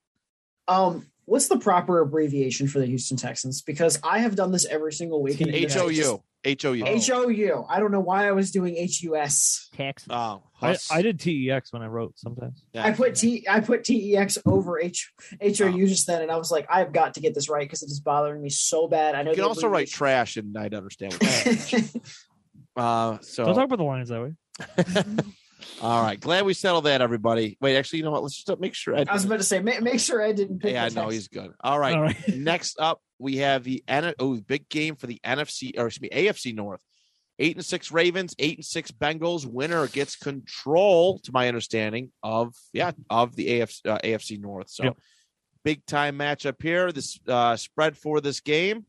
Speaker 2: Um, what's the proper abbreviation for the Houston Texans? Because I have done this every single week. and
Speaker 1: H O U. H O U.
Speaker 2: H O U. I don't know why I was doing H U S.
Speaker 4: Texans.
Speaker 1: Oh,
Speaker 3: I,
Speaker 1: Huss.
Speaker 3: I did TEX when I wrote sometimes.
Speaker 1: Yeah.
Speaker 2: I put T I put TEX over H HOU
Speaker 3: Oh.
Speaker 2: just then, and I was like, I've got to get this right because it is bothering me so bad. I know
Speaker 1: You can
Speaker 2: the
Speaker 1: also write
Speaker 2: abbreviation-
Speaker 1: trash and I'd understand what that is. Uh, so
Speaker 3: Don't talk about the Lions that way.
Speaker 1: all right, glad we settled that, everybody. Wait, actually, you know what? Let's just make sure. I,
Speaker 2: I was about to say, ma- make sure I didn't pick.
Speaker 1: yeah, I
Speaker 2: the
Speaker 1: know he's
Speaker 2: Texans.
Speaker 1: good. All right,
Speaker 3: All right.
Speaker 1: Next up, we have the N- oh big game for the NFC or excuse me AFC North. Eight and six Ravens, eight and six Bengals. Winner gets control, to my understanding, of yeah of the AFC uh, AFC North. So
Speaker 3: Yep.
Speaker 1: big time matchup here. This uh, spread for this game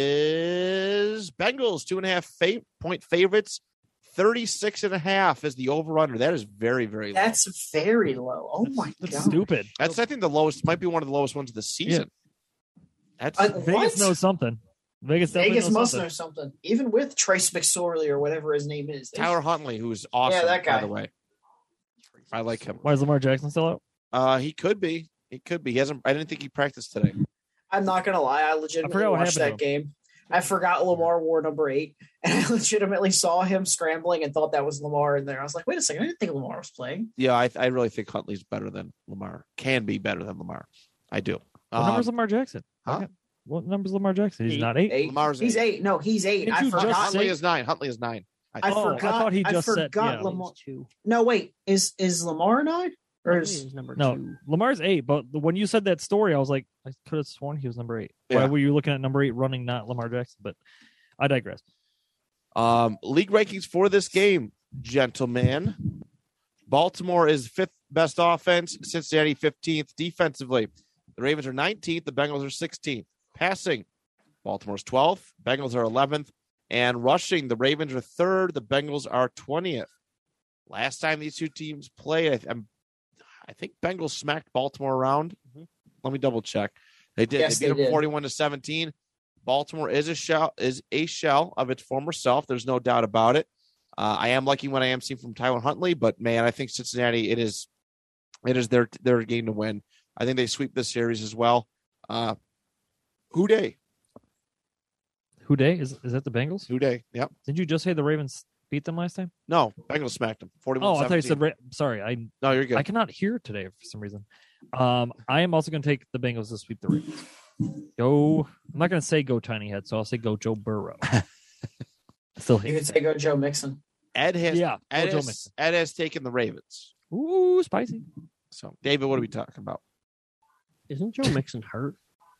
Speaker 1: is Bengals two and a half fa- point favorites. 36 and a half is the over under. That is very, very low.
Speaker 2: That's very low. Oh my
Speaker 3: That's
Speaker 2: god.
Speaker 3: stupid.
Speaker 1: That's I think the lowest might be one of the lowest ones of the season. That's
Speaker 2: Uh,
Speaker 3: Vegas
Speaker 2: what?
Speaker 3: knows something. Vegas, definitely
Speaker 2: Vegas
Speaker 3: knows
Speaker 2: must
Speaker 3: something.
Speaker 2: know something. Even with Trace McSorley or whatever his name is, they-
Speaker 1: Tyler Huntley, who's awesome.
Speaker 2: Yeah, that
Speaker 1: By
Speaker 2: guy.
Speaker 1: the way, I like him.
Speaker 3: Why is Lamar Jackson still out?
Speaker 1: Uh, he could be. He could be. He hasn't. I didn't think he practiced today.
Speaker 2: I'm not gonna lie, I
Speaker 3: I
Speaker 2: legitimately
Speaker 3: forgot what
Speaker 2: watched that
Speaker 3: happened to
Speaker 2: game. I forgot Lamar wore number eight, and I legitimately saw him scrambling and thought that was Lamar in there. I was like, wait a second, I didn't think Lamar was playing.
Speaker 1: Yeah, I, I really think Huntley's better than Lamar. Can be better than Lamar. I do.
Speaker 3: What
Speaker 1: Um,
Speaker 3: number's Lamar Jackson?
Speaker 1: huh?
Speaker 3: Okay. What number's Lamar Jackson? He's not eight.
Speaker 1: Lamar's
Speaker 2: he's eight. No, he's eight.
Speaker 3: Didn't
Speaker 2: I
Speaker 3: you just
Speaker 2: forgot.
Speaker 1: Huntley
Speaker 3: say-
Speaker 1: is nine. Huntley is nine.
Speaker 2: I
Speaker 3: Oh, I
Speaker 2: forgot. I,
Speaker 3: thought he just said-
Speaker 2: forgot
Speaker 3: yeah.
Speaker 2: Lamar.
Speaker 4: two.
Speaker 2: No, wait. Is is Lamar nine or is
Speaker 4: He's number
Speaker 3: No.
Speaker 4: two.
Speaker 3: Lamar's eight, but the- when you said that story, I was like, I could have sworn he was number eight. Why
Speaker 1: Yeah.
Speaker 3: were you looking at number eight running, not Lamar Jackson? But I digress.
Speaker 1: Um, league rankings for this game, gentlemen. Baltimore is fifth best offense, Cincinnati 15th defensively. The Ravens are 19th, the Bengals are 16th. Passing, Baltimore's 12th, Bengals are 11th, and rushing, the Ravens are third, the Bengals are 20th. Last time these two teams played, I, th- I'm- I think Bengals smacked Baltimore around. Let me double check. They did.
Speaker 2: Yes,
Speaker 1: they
Speaker 2: they
Speaker 1: beat them
Speaker 2: did.
Speaker 1: 41 to 17. Baltimore is a shell is a shell of its former self. There's no doubt about it. Uh, I am liking what I am seeing from Tyler Huntley, but man, I think Cincinnati it is it is their their game to win. I think they sweep this series as well. Uh, who day?
Speaker 3: Who day is is that? The Bengals?
Speaker 1: Who day? Yep.
Speaker 3: Didn't you just say the Ravens beat them last time?
Speaker 1: No, Bengals smacked them. 41
Speaker 3: Oh, I thought you said. Ra- sorry, I
Speaker 1: No, you're good.
Speaker 3: I cannot hear today for some reason. Um, I am also going to take the Bengals to sweep the Ravens. Go. I'm not going to say go tiny head, so I'll say go Joe Burrow. I Still
Speaker 2: you
Speaker 3: hate.
Speaker 2: could say go Joe Mixon?
Speaker 1: Ed has
Speaker 3: Yeah,
Speaker 1: Ed,
Speaker 3: go Joe
Speaker 1: has,
Speaker 3: Mixon.
Speaker 1: Ed has taken the Ravens.
Speaker 3: Ooh, spicy.
Speaker 1: So David, what are we talking about?
Speaker 4: Isn't Joe Mixon hurt?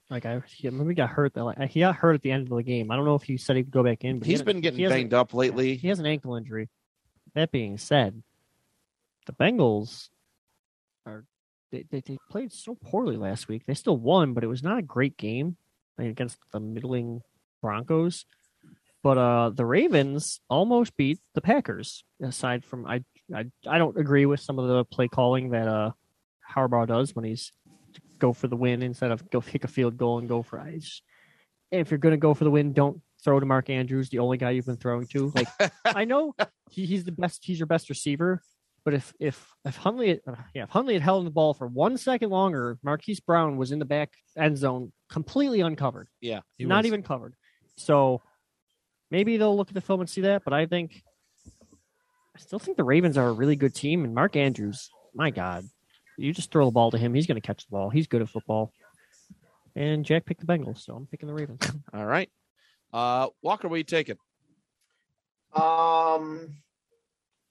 Speaker 4: Like I he maybe got hurt that like he got hurt at the end of the game. I don't know if he said he'd go back in, but he
Speaker 1: He's
Speaker 4: had-
Speaker 1: been
Speaker 4: he
Speaker 1: getting
Speaker 4: has a-
Speaker 1: banged up lately.
Speaker 4: He has an ankle injury. That being said, the Bengals are they, they, they played so poorly last week. They still won, but it was not a great game I mean, against the middling Broncos. But uh, the Ravens almost beat the Packers. Aside from I, I I don't agree with some of the play calling that uh Harbaugh does when he's to go for the win instead of go kick a field goal and go for I just- If you're gonna go for the win, don't throw to Mark Andrews, the only guy you've been throwing to. Like I know he, he's the best, he's your best receiver, but if if if Huntley, uh, yeah, if Huntley had held the ball for one second longer, Marquise Brown was in the back end zone, completely uncovered,
Speaker 1: Yeah,
Speaker 3: He
Speaker 4: not
Speaker 3: was.
Speaker 4: even covered. So maybe they'll look at the film and see that, but I think I still think the Ravens are a really good team, and Mark Andrews, my God, you just throw the ball to him, he's going to catch the ball. He's good at football. And Jack picked the Bengals, so I'm picking the Ravens.
Speaker 1: All right. Uh, Walker, what are you taking?
Speaker 2: Um,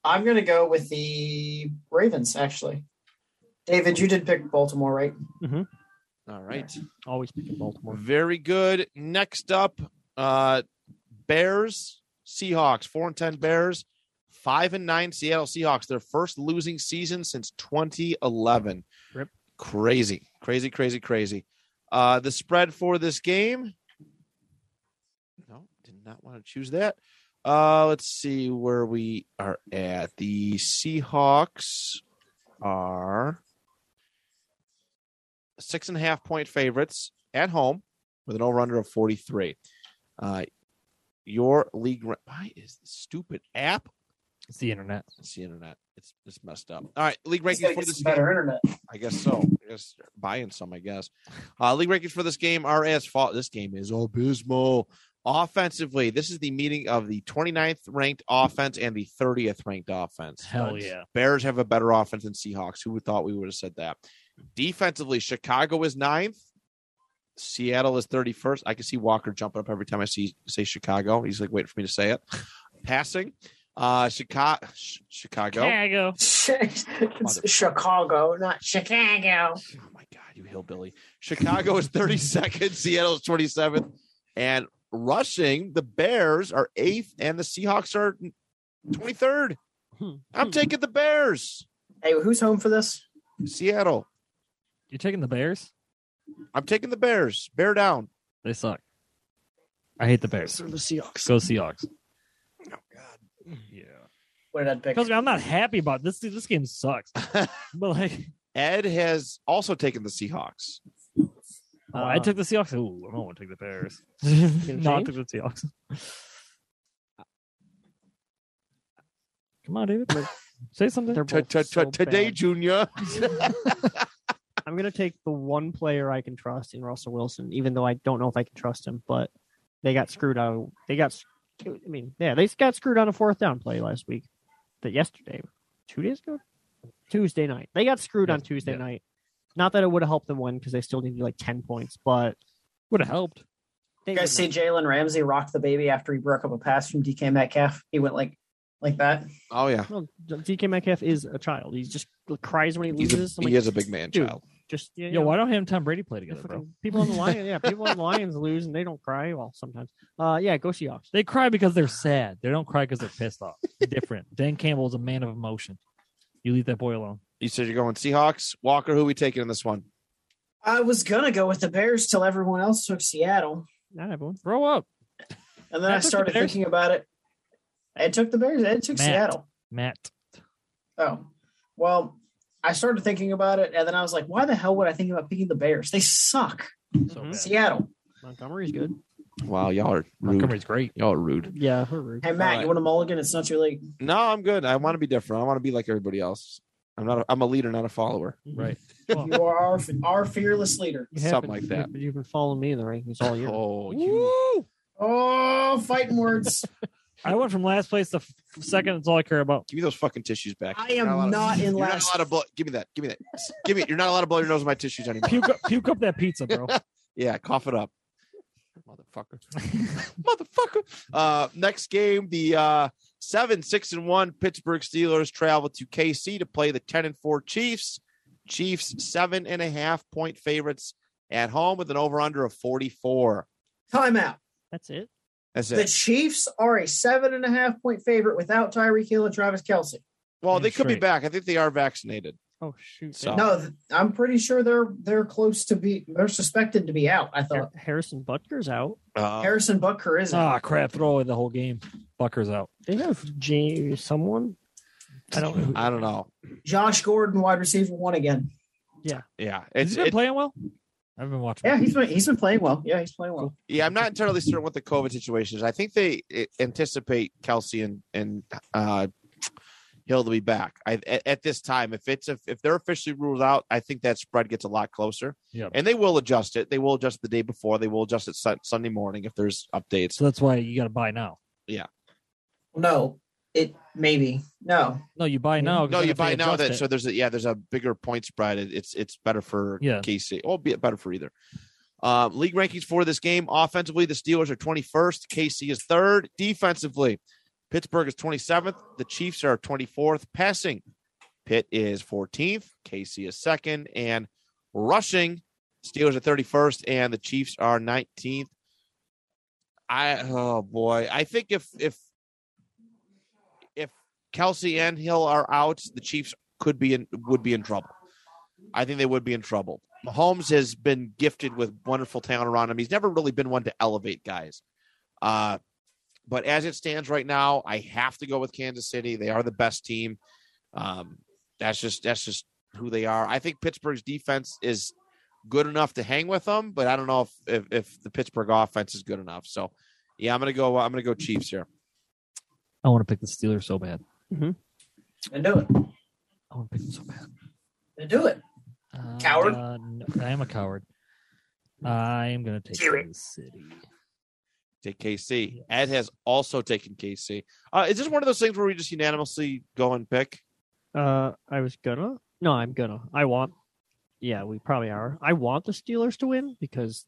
Speaker 2: I'm gonna go with the Ravens actually. David, you did pick Baltimore, right?
Speaker 1: All right.
Speaker 4: Always picking Baltimore.
Speaker 1: Very good. Next up, uh Bears, Seahawks, four and ten Bears, five and nine Seattle Seahawks, their first losing season since 2011.
Speaker 3: Rip.
Speaker 1: Crazy, crazy, crazy, crazy. Uh the spread for this game. No, did not want to choose that. Uh let's see where we are at. The Seahawks are six and a half point favorites at home with an over under of 43. Uh, your league, ra- why is this stupid app?
Speaker 3: It's the internet.
Speaker 1: It's the internet. It's, it's messed up. All right, league
Speaker 2: He's
Speaker 1: rankings
Speaker 2: gotta
Speaker 1: for
Speaker 2: get
Speaker 1: this
Speaker 2: some
Speaker 1: game.
Speaker 2: better internet.
Speaker 1: I guess so. I guess they're buying some, I guess. Uh, league rankings for this game are as follows. This game is abysmal. Offensively, this is the meeting of the 29th ranked offense and the 30th ranked offense.
Speaker 3: Hell yeah.
Speaker 1: Bears have a better offense than Seahawks. Who would thought we would have said that? Defensively, Chicago is ninth. Seattle is 31st. I can see Walker jumping up every time I see say Chicago. He's like waiting for me to say it. Passing. Uh Chicago Chicago.
Speaker 3: Chicago.
Speaker 2: it's Chicago, not Chicago.
Speaker 1: Oh my god, you hillbilly. Chicago is 32nd, Seattle is 27th, and rushing, the Bears are 8th and the Seahawks are 23rd. I'm taking the Bears.
Speaker 2: Hey, who's home for this?
Speaker 1: Seattle.
Speaker 3: You're taking the Bears?
Speaker 1: I'm taking the Bears. Bear down.
Speaker 3: They suck. I hate the Bears.
Speaker 2: the Seahawks.
Speaker 3: Go Seahawks.
Speaker 1: Oh god.
Speaker 3: Yeah.
Speaker 2: What did I pick?
Speaker 3: Because I'm not happy about this. This game sucks. but like,
Speaker 1: Ed has also taken the Seahawks.
Speaker 3: oh, I
Speaker 4: Uh,
Speaker 3: took the Seahawks. Ooh, I don't want to take the Bears.
Speaker 4: gonna
Speaker 3: no, I took the Seahawks. Come on, David. Say something.
Speaker 4: They're
Speaker 1: T-
Speaker 4: both
Speaker 1: t-
Speaker 4: so
Speaker 1: t- Today,
Speaker 4: bad.
Speaker 1: Junior.
Speaker 4: I'm gonna take the one player I can trust in Russell Wilson, even though I don't know if I can trust him. But they got screwed out. of- They got. s- I mean, yeah, they got screwed on a fourth down play last week. That yesterday, two days ago, Tuesday night. They got screwed on
Speaker 3: Yeah,
Speaker 4: Tuesday
Speaker 3: yeah.
Speaker 4: night. Not that it would have helped them win because they still needed like ten points, but
Speaker 3: Would have helped.
Speaker 4: they
Speaker 2: You guys see Jalen Ramsey rock the baby after he broke up a pass from DK Metcalf? He went like like that.
Speaker 1: Oh yeah,
Speaker 4: No, DK Metcalf is a child. He just cries when he
Speaker 1: He's
Speaker 4: loses.
Speaker 1: a,
Speaker 4: I'm
Speaker 1: he
Speaker 4: like,
Speaker 1: is a big man
Speaker 4: dude,
Speaker 1: child.
Speaker 4: just yeah,
Speaker 3: Yo,
Speaker 4: yeah.
Speaker 3: why don't him and Tom Brady play
Speaker 4: The
Speaker 3: together, bro?
Speaker 4: fucking People on the Lions, yeah, people on the Lions lose and they don't cry. Well, sometimes, uh, yeah, go Seahawks.
Speaker 3: They cry because they're sad. They don't cry because they're pissed off. Different. Dan Campbell is a man of emotion. You leave that boy alone.
Speaker 1: You said you're going Seahawks. Walker, who we taking in this one?
Speaker 2: I was gonna go with the Bears till everyone else took Seattle,
Speaker 4: Not everyone.
Speaker 3: Grow up,
Speaker 2: and then
Speaker 3: I
Speaker 2: I,
Speaker 3: took the
Speaker 2: started
Speaker 3: Bears.
Speaker 2: thinking about it. I took the Bears. I took
Speaker 3: Matt.
Speaker 2: Seattle.
Speaker 3: Matt.
Speaker 2: Oh, well, I started thinking about it, and then I was like, why the hell would I think about picking the Bears? They suck.
Speaker 3: So
Speaker 4: Mhm.
Speaker 3: bad.
Speaker 2: Seattle.
Speaker 4: Montgomery's good.
Speaker 1: Wow, y'all are rude.
Speaker 3: Montgomery's great.
Speaker 1: Y'all are rude.
Speaker 4: Yeah, her rude.
Speaker 2: Hey Matt,
Speaker 1: Alright.
Speaker 2: you want a mulligan? It's not too late.
Speaker 1: No, I'm good. I want to be different. I want to be like everybody else. I'm not. A, I'm a leader, not a follower.
Speaker 3: Right.
Speaker 2: You are our, our fearless leader.
Speaker 4: You
Speaker 1: something
Speaker 4: haven't-
Speaker 1: like that.
Speaker 4: You've been following me in the rankings all year.
Speaker 1: Oh, you.
Speaker 3: Woo!
Speaker 2: Oh, fighting words.
Speaker 3: I went from last place to f- second. That's all I care about.
Speaker 1: Give me those fucking tissues back.
Speaker 2: I
Speaker 1: You're
Speaker 2: am
Speaker 1: allowed to-
Speaker 2: not in
Speaker 1: You're
Speaker 2: last.
Speaker 1: not allowed to blow. Give me that. Give me that. Give me. You're not allowed to blow your nose in my tissues anymore.
Speaker 3: Puke up, puke up that pizza, bro.
Speaker 1: Yeah, cough it up. Motherfucker. Motherfucker. Uh next game, the uh seven, six, and one Pittsburgh Steelers travel to KC to play the ten and four Chiefs. Chiefs seven and a half point favorites at home with an over under of 44.
Speaker 2: Timeout.
Speaker 4: That's it.
Speaker 1: That's
Speaker 2: The
Speaker 1: it.
Speaker 2: Chiefs are a seven and a half point favorite without Tyreek Hill and Travis Kelsey.
Speaker 1: Well, they
Speaker 3: Damn
Speaker 1: could be
Speaker 3: straight.
Speaker 1: back. I think they are vaccinated.
Speaker 4: Oh shoot.
Speaker 1: So-
Speaker 2: No, th- I'm pretty sure they're they're close to be they're suspected to be out. I
Speaker 4: Har-
Speaker 2: thought
Speaker 4: Harrison Butker's out.
Speaker 1: Uh,
Speaker 2: Harrison Butker is out.
Speaker 3: Ah, crap. Throw away the whole game. Bucker's out.
Speaker 4: They have J someone. I don't know.
Speaker 1: I don't know.
Speaker 2: Josh Gordon, wide receiver one again.
Speaker 1: Yeah.
Speaker 3: Has
Speaker 1: It's,
Speaker 3: he been
Speaker 1: it-
Speaker 3: playing well? I've been watching.
Speaker 2: Yeah, he's been he's been playing well. Yeah, he's playing well.
Speaker 1: yeah, I'm not entirely certain what the COVID situation is. I think they eh, anticipate Kelsey and, and uh Hill to be back. I at, at this time, if it's if, if they're officially ruled out, I think that spread gets a lot closer.
Speaker 3: Yep.
Speaker 1: and they will adjust it. They will adjust the day before. They will adjust it sun- Sunday morning if there's updates.
Speaker 3: So that's why you got to buy now.
Speaker 2: No, it maybe no.
Speaker 3: No, you buy now. 'cause
Speaker 1: No,
Speaker 3: then
Speaker 1: you
Speaker 3: if they
Speaker 1: buy now
Speaker 3: adjust
Speaker 1: that
Speaker 3: it-
Speaker 1: so there's a yeah there's a bigger point spread. It- It's it's better for
Speaker 3: Yeah.
Speaker 1: KC. Well, be better for either. Um, league rankings for this game offensively, the Steelers are 21st, KC is third. Defensively, Pittsburgh is 27th, the Chiefs are 24th. Passing, Pitt is 14th, KC is second, and rushing, Steelers are 31st, and the Chiefs are 19th. I oh boy, I think if if if Kelsey and Hill are out, the Chiefs could be in would be in trouble. I think they would be in trouble. Mahomes has been gifted with wonderful talent around him. He's never really been one to elevate guys. Uh, but as it stands right now, I have to go with Kansas City. They are the best team. Um, that's just that's just who they are. I think Pittsburgh's defense is good enough to hang with them, but I don't know if if, if the Pittsburgh offense is good enough. So yeah, I'm gonna go. I'm gonna go Chiefs here.
Speaker 3: I want to pick the Steelers so bad.
Speaker 2: Then do it.
Speaker 3: I want to pick them so bad.
Speaker 2: Then do it.
Speaker 3: Uh,
Speaker 2: Coward.
Speaker 3: no, I am a coward. I am going to take
Speaker 2: Do it.
Speaker 3: Kansas City.
Speaker 1: Take KC. Ed has also taken KC. Uh, is this one of those things where we just unanimously go and pick?
Speaker 4: Uh, I was gonna. No, I'm gonna. I want. Yeah, we probably are. I want the Steelers to win because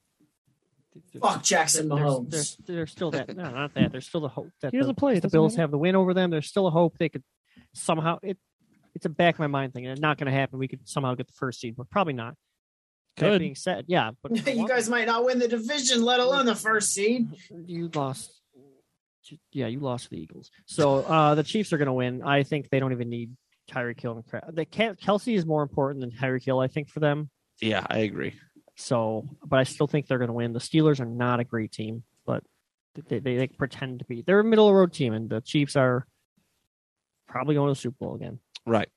Speaker 2: Fuck Jackson Mahomes.
Speaker 4: There's, there's, there's still that. No, not that. There's still the hope that
Speaker 3: He
Speaker 4: the,
Speaker 3: doesn't play, it
Speaker 4: the
Speaker 3: doesn't
Speaker 4: Bills
Speaker 3: matter.
Speaker 4: have the win over them. There's still a hope they could somehow. It, it's a back of my mind thing. and It's not going to happen. We could somehow get the first seed, but probably not. That
Speaker 3: Good.
Speaker 4: being said, yeah, but
Speaker 2: you guys might not win the division, let alone the first seed.
Speaker 4: you lost. Yeah, you lost to the Eagles. So uh, the Chiefs are going to win. I think they don't even need Tyreek Hill and Cra- the Ke- Kelsey is more important than Tyreek Hill. I think for them.
Speaker 1: Yeah, I agree.
Speaker 4: So, but I still think they're going to win. The Steelers are not a great team, but they, they, they pretend to be. They're a middle of the road team, and the Chiefs are probably going to the Super Bowl again.
Speaker 1: Right.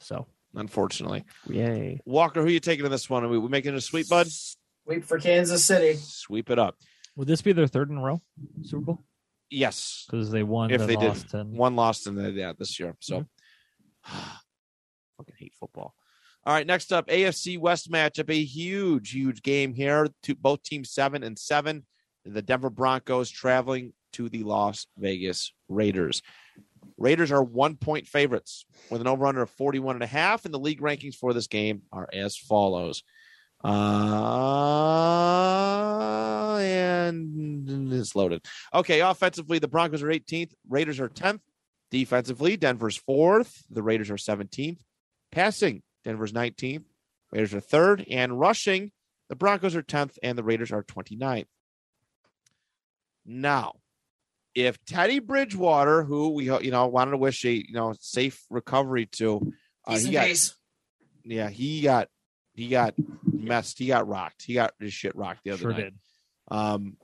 Speaker 4: So,
Speaker 1: Unfortunately,
Speaker 4: yay.
Speaker 1: Walker, who you taking in this one? Are we, we making it a sweep, bud?
Speaker 2: Wait for Kansas City.
Speaker 1: Sweep it up.
Speaker 3: Would this be their third in a row Super Bowl?
Speaker 1: Yes,
Speaker 3: Because they won,
Speaker 1: If
Speaker 3: then
Speaker 1: they did.
Speaker 3: lost, and
Speaker 1: one lost in the, yeah, this year. So.
Speaker 4: Fucking hate football.
Speaker 1: All right, next up, AFC West matchup, a huge, huge game here. Two, both teams seven and seven. The Denver Broncos traveling to the Las Vegas Raiders. Raiders are one point favorites with an over under of 41 and a half, and the league rankings for this game are as follows. Uh, and it's loaded. Okay, offensively, the Broncos are 18th, Raiders are 10th. Defensively, Denver's fourth, the Raiders are 17th. Passing, Denver's 19th, Raiders are third, and rushing, the Broncos are 10th, and the Raiders are 29th. Now, if Teddy Bridgewater, who we ho- you know wanted to wish a you know safe recovery to, uh,
Speaker 2: He's
Speaker 1: he
Speaker 2: in
Speaker 1: got
Speaker 2: case.
Speaker 1: yeah he got he got messed, he got rocked, he got his shit rocked the other
Speaker 3: sure
Speaker 1: night.
Speaker 3: did.
Speaker 1: Um,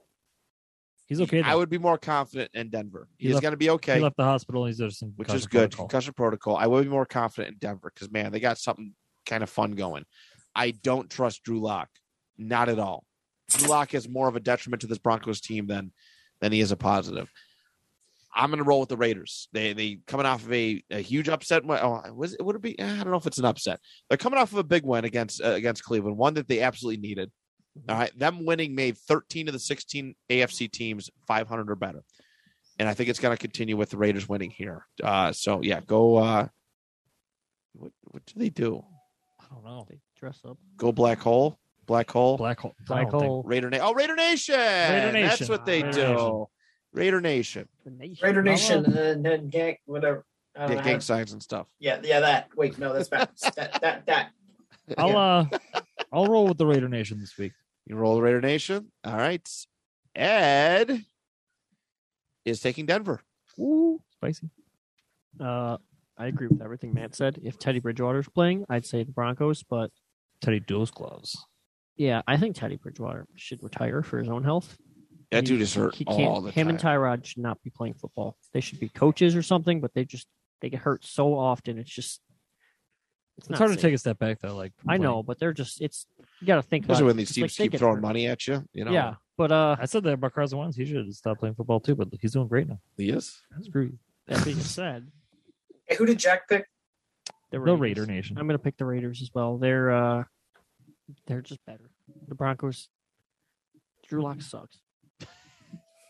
Speaker 3: He's okay.
Speaker 1: I
Speaker 3: though.
Speaker 1: would be more confident in Denver.
Speaker 3: He
Speaker 1: He's
Speaker 3: left-
Speaker 1: going to be okay,
Speaker 3: He left the hospital. and He's there some
Speaker 1: which
Speaker 3: concussion
Speaker 1: is good.
Speaker 3: protocol.
Speaker 1: Concussion protocol. I would be more confident in Denver because man, they got something kind of fun going. I don't trust Drew Lock, not at all. Drew Lock is more of a detriment to this Broncos team than than he is a positive. I'm going to roll with the Raiders. They they coming off of a, a huge upset. win- Oh, was it would it be? eh, I don't know if it's an upset. They're coming off of a big win against uh, against Cleveland, one that they absolutely needed. All right, them winning made 13 of the 16 AFC teams 500 or better, and I think it's going to continue with the Raiders winning here. Uh, so yeah, go. Uh, what what do they do?
Speaker 3: I don't know.
Speaker 4: They dress up.
Speaker 1: Go black hole, black hole,
Speaker 3: Black hole.
Speaker 4: Black hole.
Speaker 1: Raider Nation. Oh, Raider Nation.
Speaker 3: Raider
Speaker 1: That's
Speaker 3: Nation.
Speaker 1: what they
Speaker 3: Raider
Speaker 1: do.
Speaker 3: Nation.
Speaker 1: Raider Nation.
Speaker 4: The nation.
Speaker 2: Raider Nation and then, then gang, whatever. I don't
Speaker 1: Yeah,
Speaker 2: know
Speaker 1: gang
Speaker 2: how-
Speaker 1: signs and stuff.
Speaker 2: yeah, yeah, that. Wait, no, that's bad. that, that, that.
Speaker 3: I'll uh, I'll roll with the Raider Nation this week.
Speaker 1: You roll the Raider Nation. All right. Ed is taking Denver.
Speaker 3: Ooh, spicy.
Speaker 4: Uh, I agree with everything Matt said. If Teddy Bridgewater's playing, I'd say the Broncos, but
Speaker 3: Teddy Duos gloves.
Speaker 4: yeah, I think Teddy Bridgewater should retire for his own health.
Speaker 1: That
Speaker 4: He-
Speaker 1: dude is hurt
Speaker 4: he can't,
Speaker 1: all the time.
Speaker 4: him and Tyrod should not be playing football. They should be coaches or something, but they just they get hurt so often. It's just it's,
Speaker 3: It's
Speaker 4: not
Speaker 3: hard
Speaker 4: safe.
Speaker 3: to take a step back though. Like
Speaker 4: I
Speaker 3: playing.
Speaker 4: know, but they're just it's you got to think about
Speaker 1: Especially
Speaker 4: it.
Speaker 1: when these
Speaker 4: It's
Speaker 1: teams
Speaker 4: like they
Speaker 1: keep
Speaker 4: get
Speaker 1: throwing
Speaker 4: hurt.
Speaker 1: money at you. You know.
Speaker 4: Yeah, but uh,
Speaker 3: I said that about Carson Wentz. He should stop playing football too, but he's doing great now.
Speaker 1: He is.
Speaker 3: Screw you.
Speaker 4: that being said,
Speaker 2: Hey, who did Jack pick?
Speaker 4: the
Speaker 3: The
Speaker 4: Raiders,
Speaker 3: Raider Nation.
Speaker 4: I'm gonna pick the Raiders as well. They're uh, they're just better. The Broncos. Drew
Speaker 2: Mm-hmm.
Speaker 4: Lock sucks.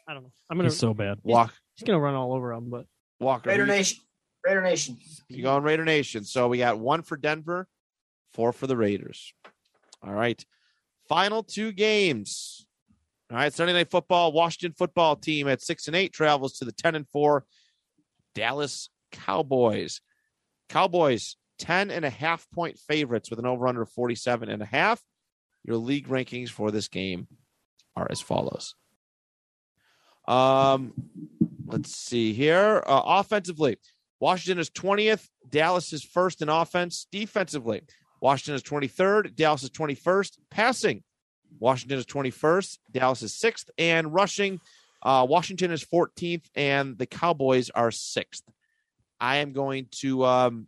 Speaker 4: I don't know. I'm gonna
Speaker 3: he's
Speaker 4: he's,
Speaker 3: so bad.
Speaker 1: Walk
Speaker 4: gonna run all over them, but
Speaker 1: Walker.
Speaker 2: Raider
Speaker 1: who you-
Speaker 2: Nation. Raider Nation.
Speaker 1: You go on Raider Nation. So we got one for Denver, four for the Raiders. All right. Final two games. All right. Sunday night football. Washington football team at six and eight travels to the 10 and four Dallas Cowboys. Cowboys, 10 and a half point favorites with an over under 47 and a half. Your league rankings for this game are as follows. Um, let's see here. Uh, offensively, Washington is 20th. Dallas is first in offense. Defensively, Washington is 23rd. Dallas is 21st. Passing, Washington is 21st. Dallas is 6th. And rushing, uh, Washington is 14th. And the Cowboys are 6th. I am going to. Um,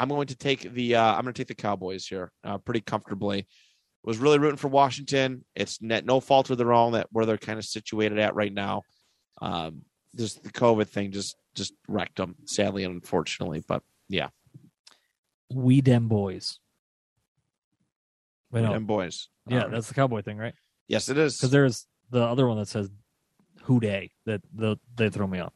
Speaker 1: I'm going to take the uh, I'm going to take the Cowboys here uh, pretty comfortably. Was really rooting for Washington. It's net, no fault of their own that where they're kind of situated at right now. Um, just the COVID thing just just wrecked them, sadly and unfortunately. But
Speaker 3: We dem boys. Wait, no.
Speaker 1: and boys,
Speaker 3: Yeah,
Speaker 1: Um,
Speaker 3: that's the cowboy thing, right?
Speaker 1: yes, it is.
Speaker 3: Because there's the other one that says "Who day" that the, they throw me off.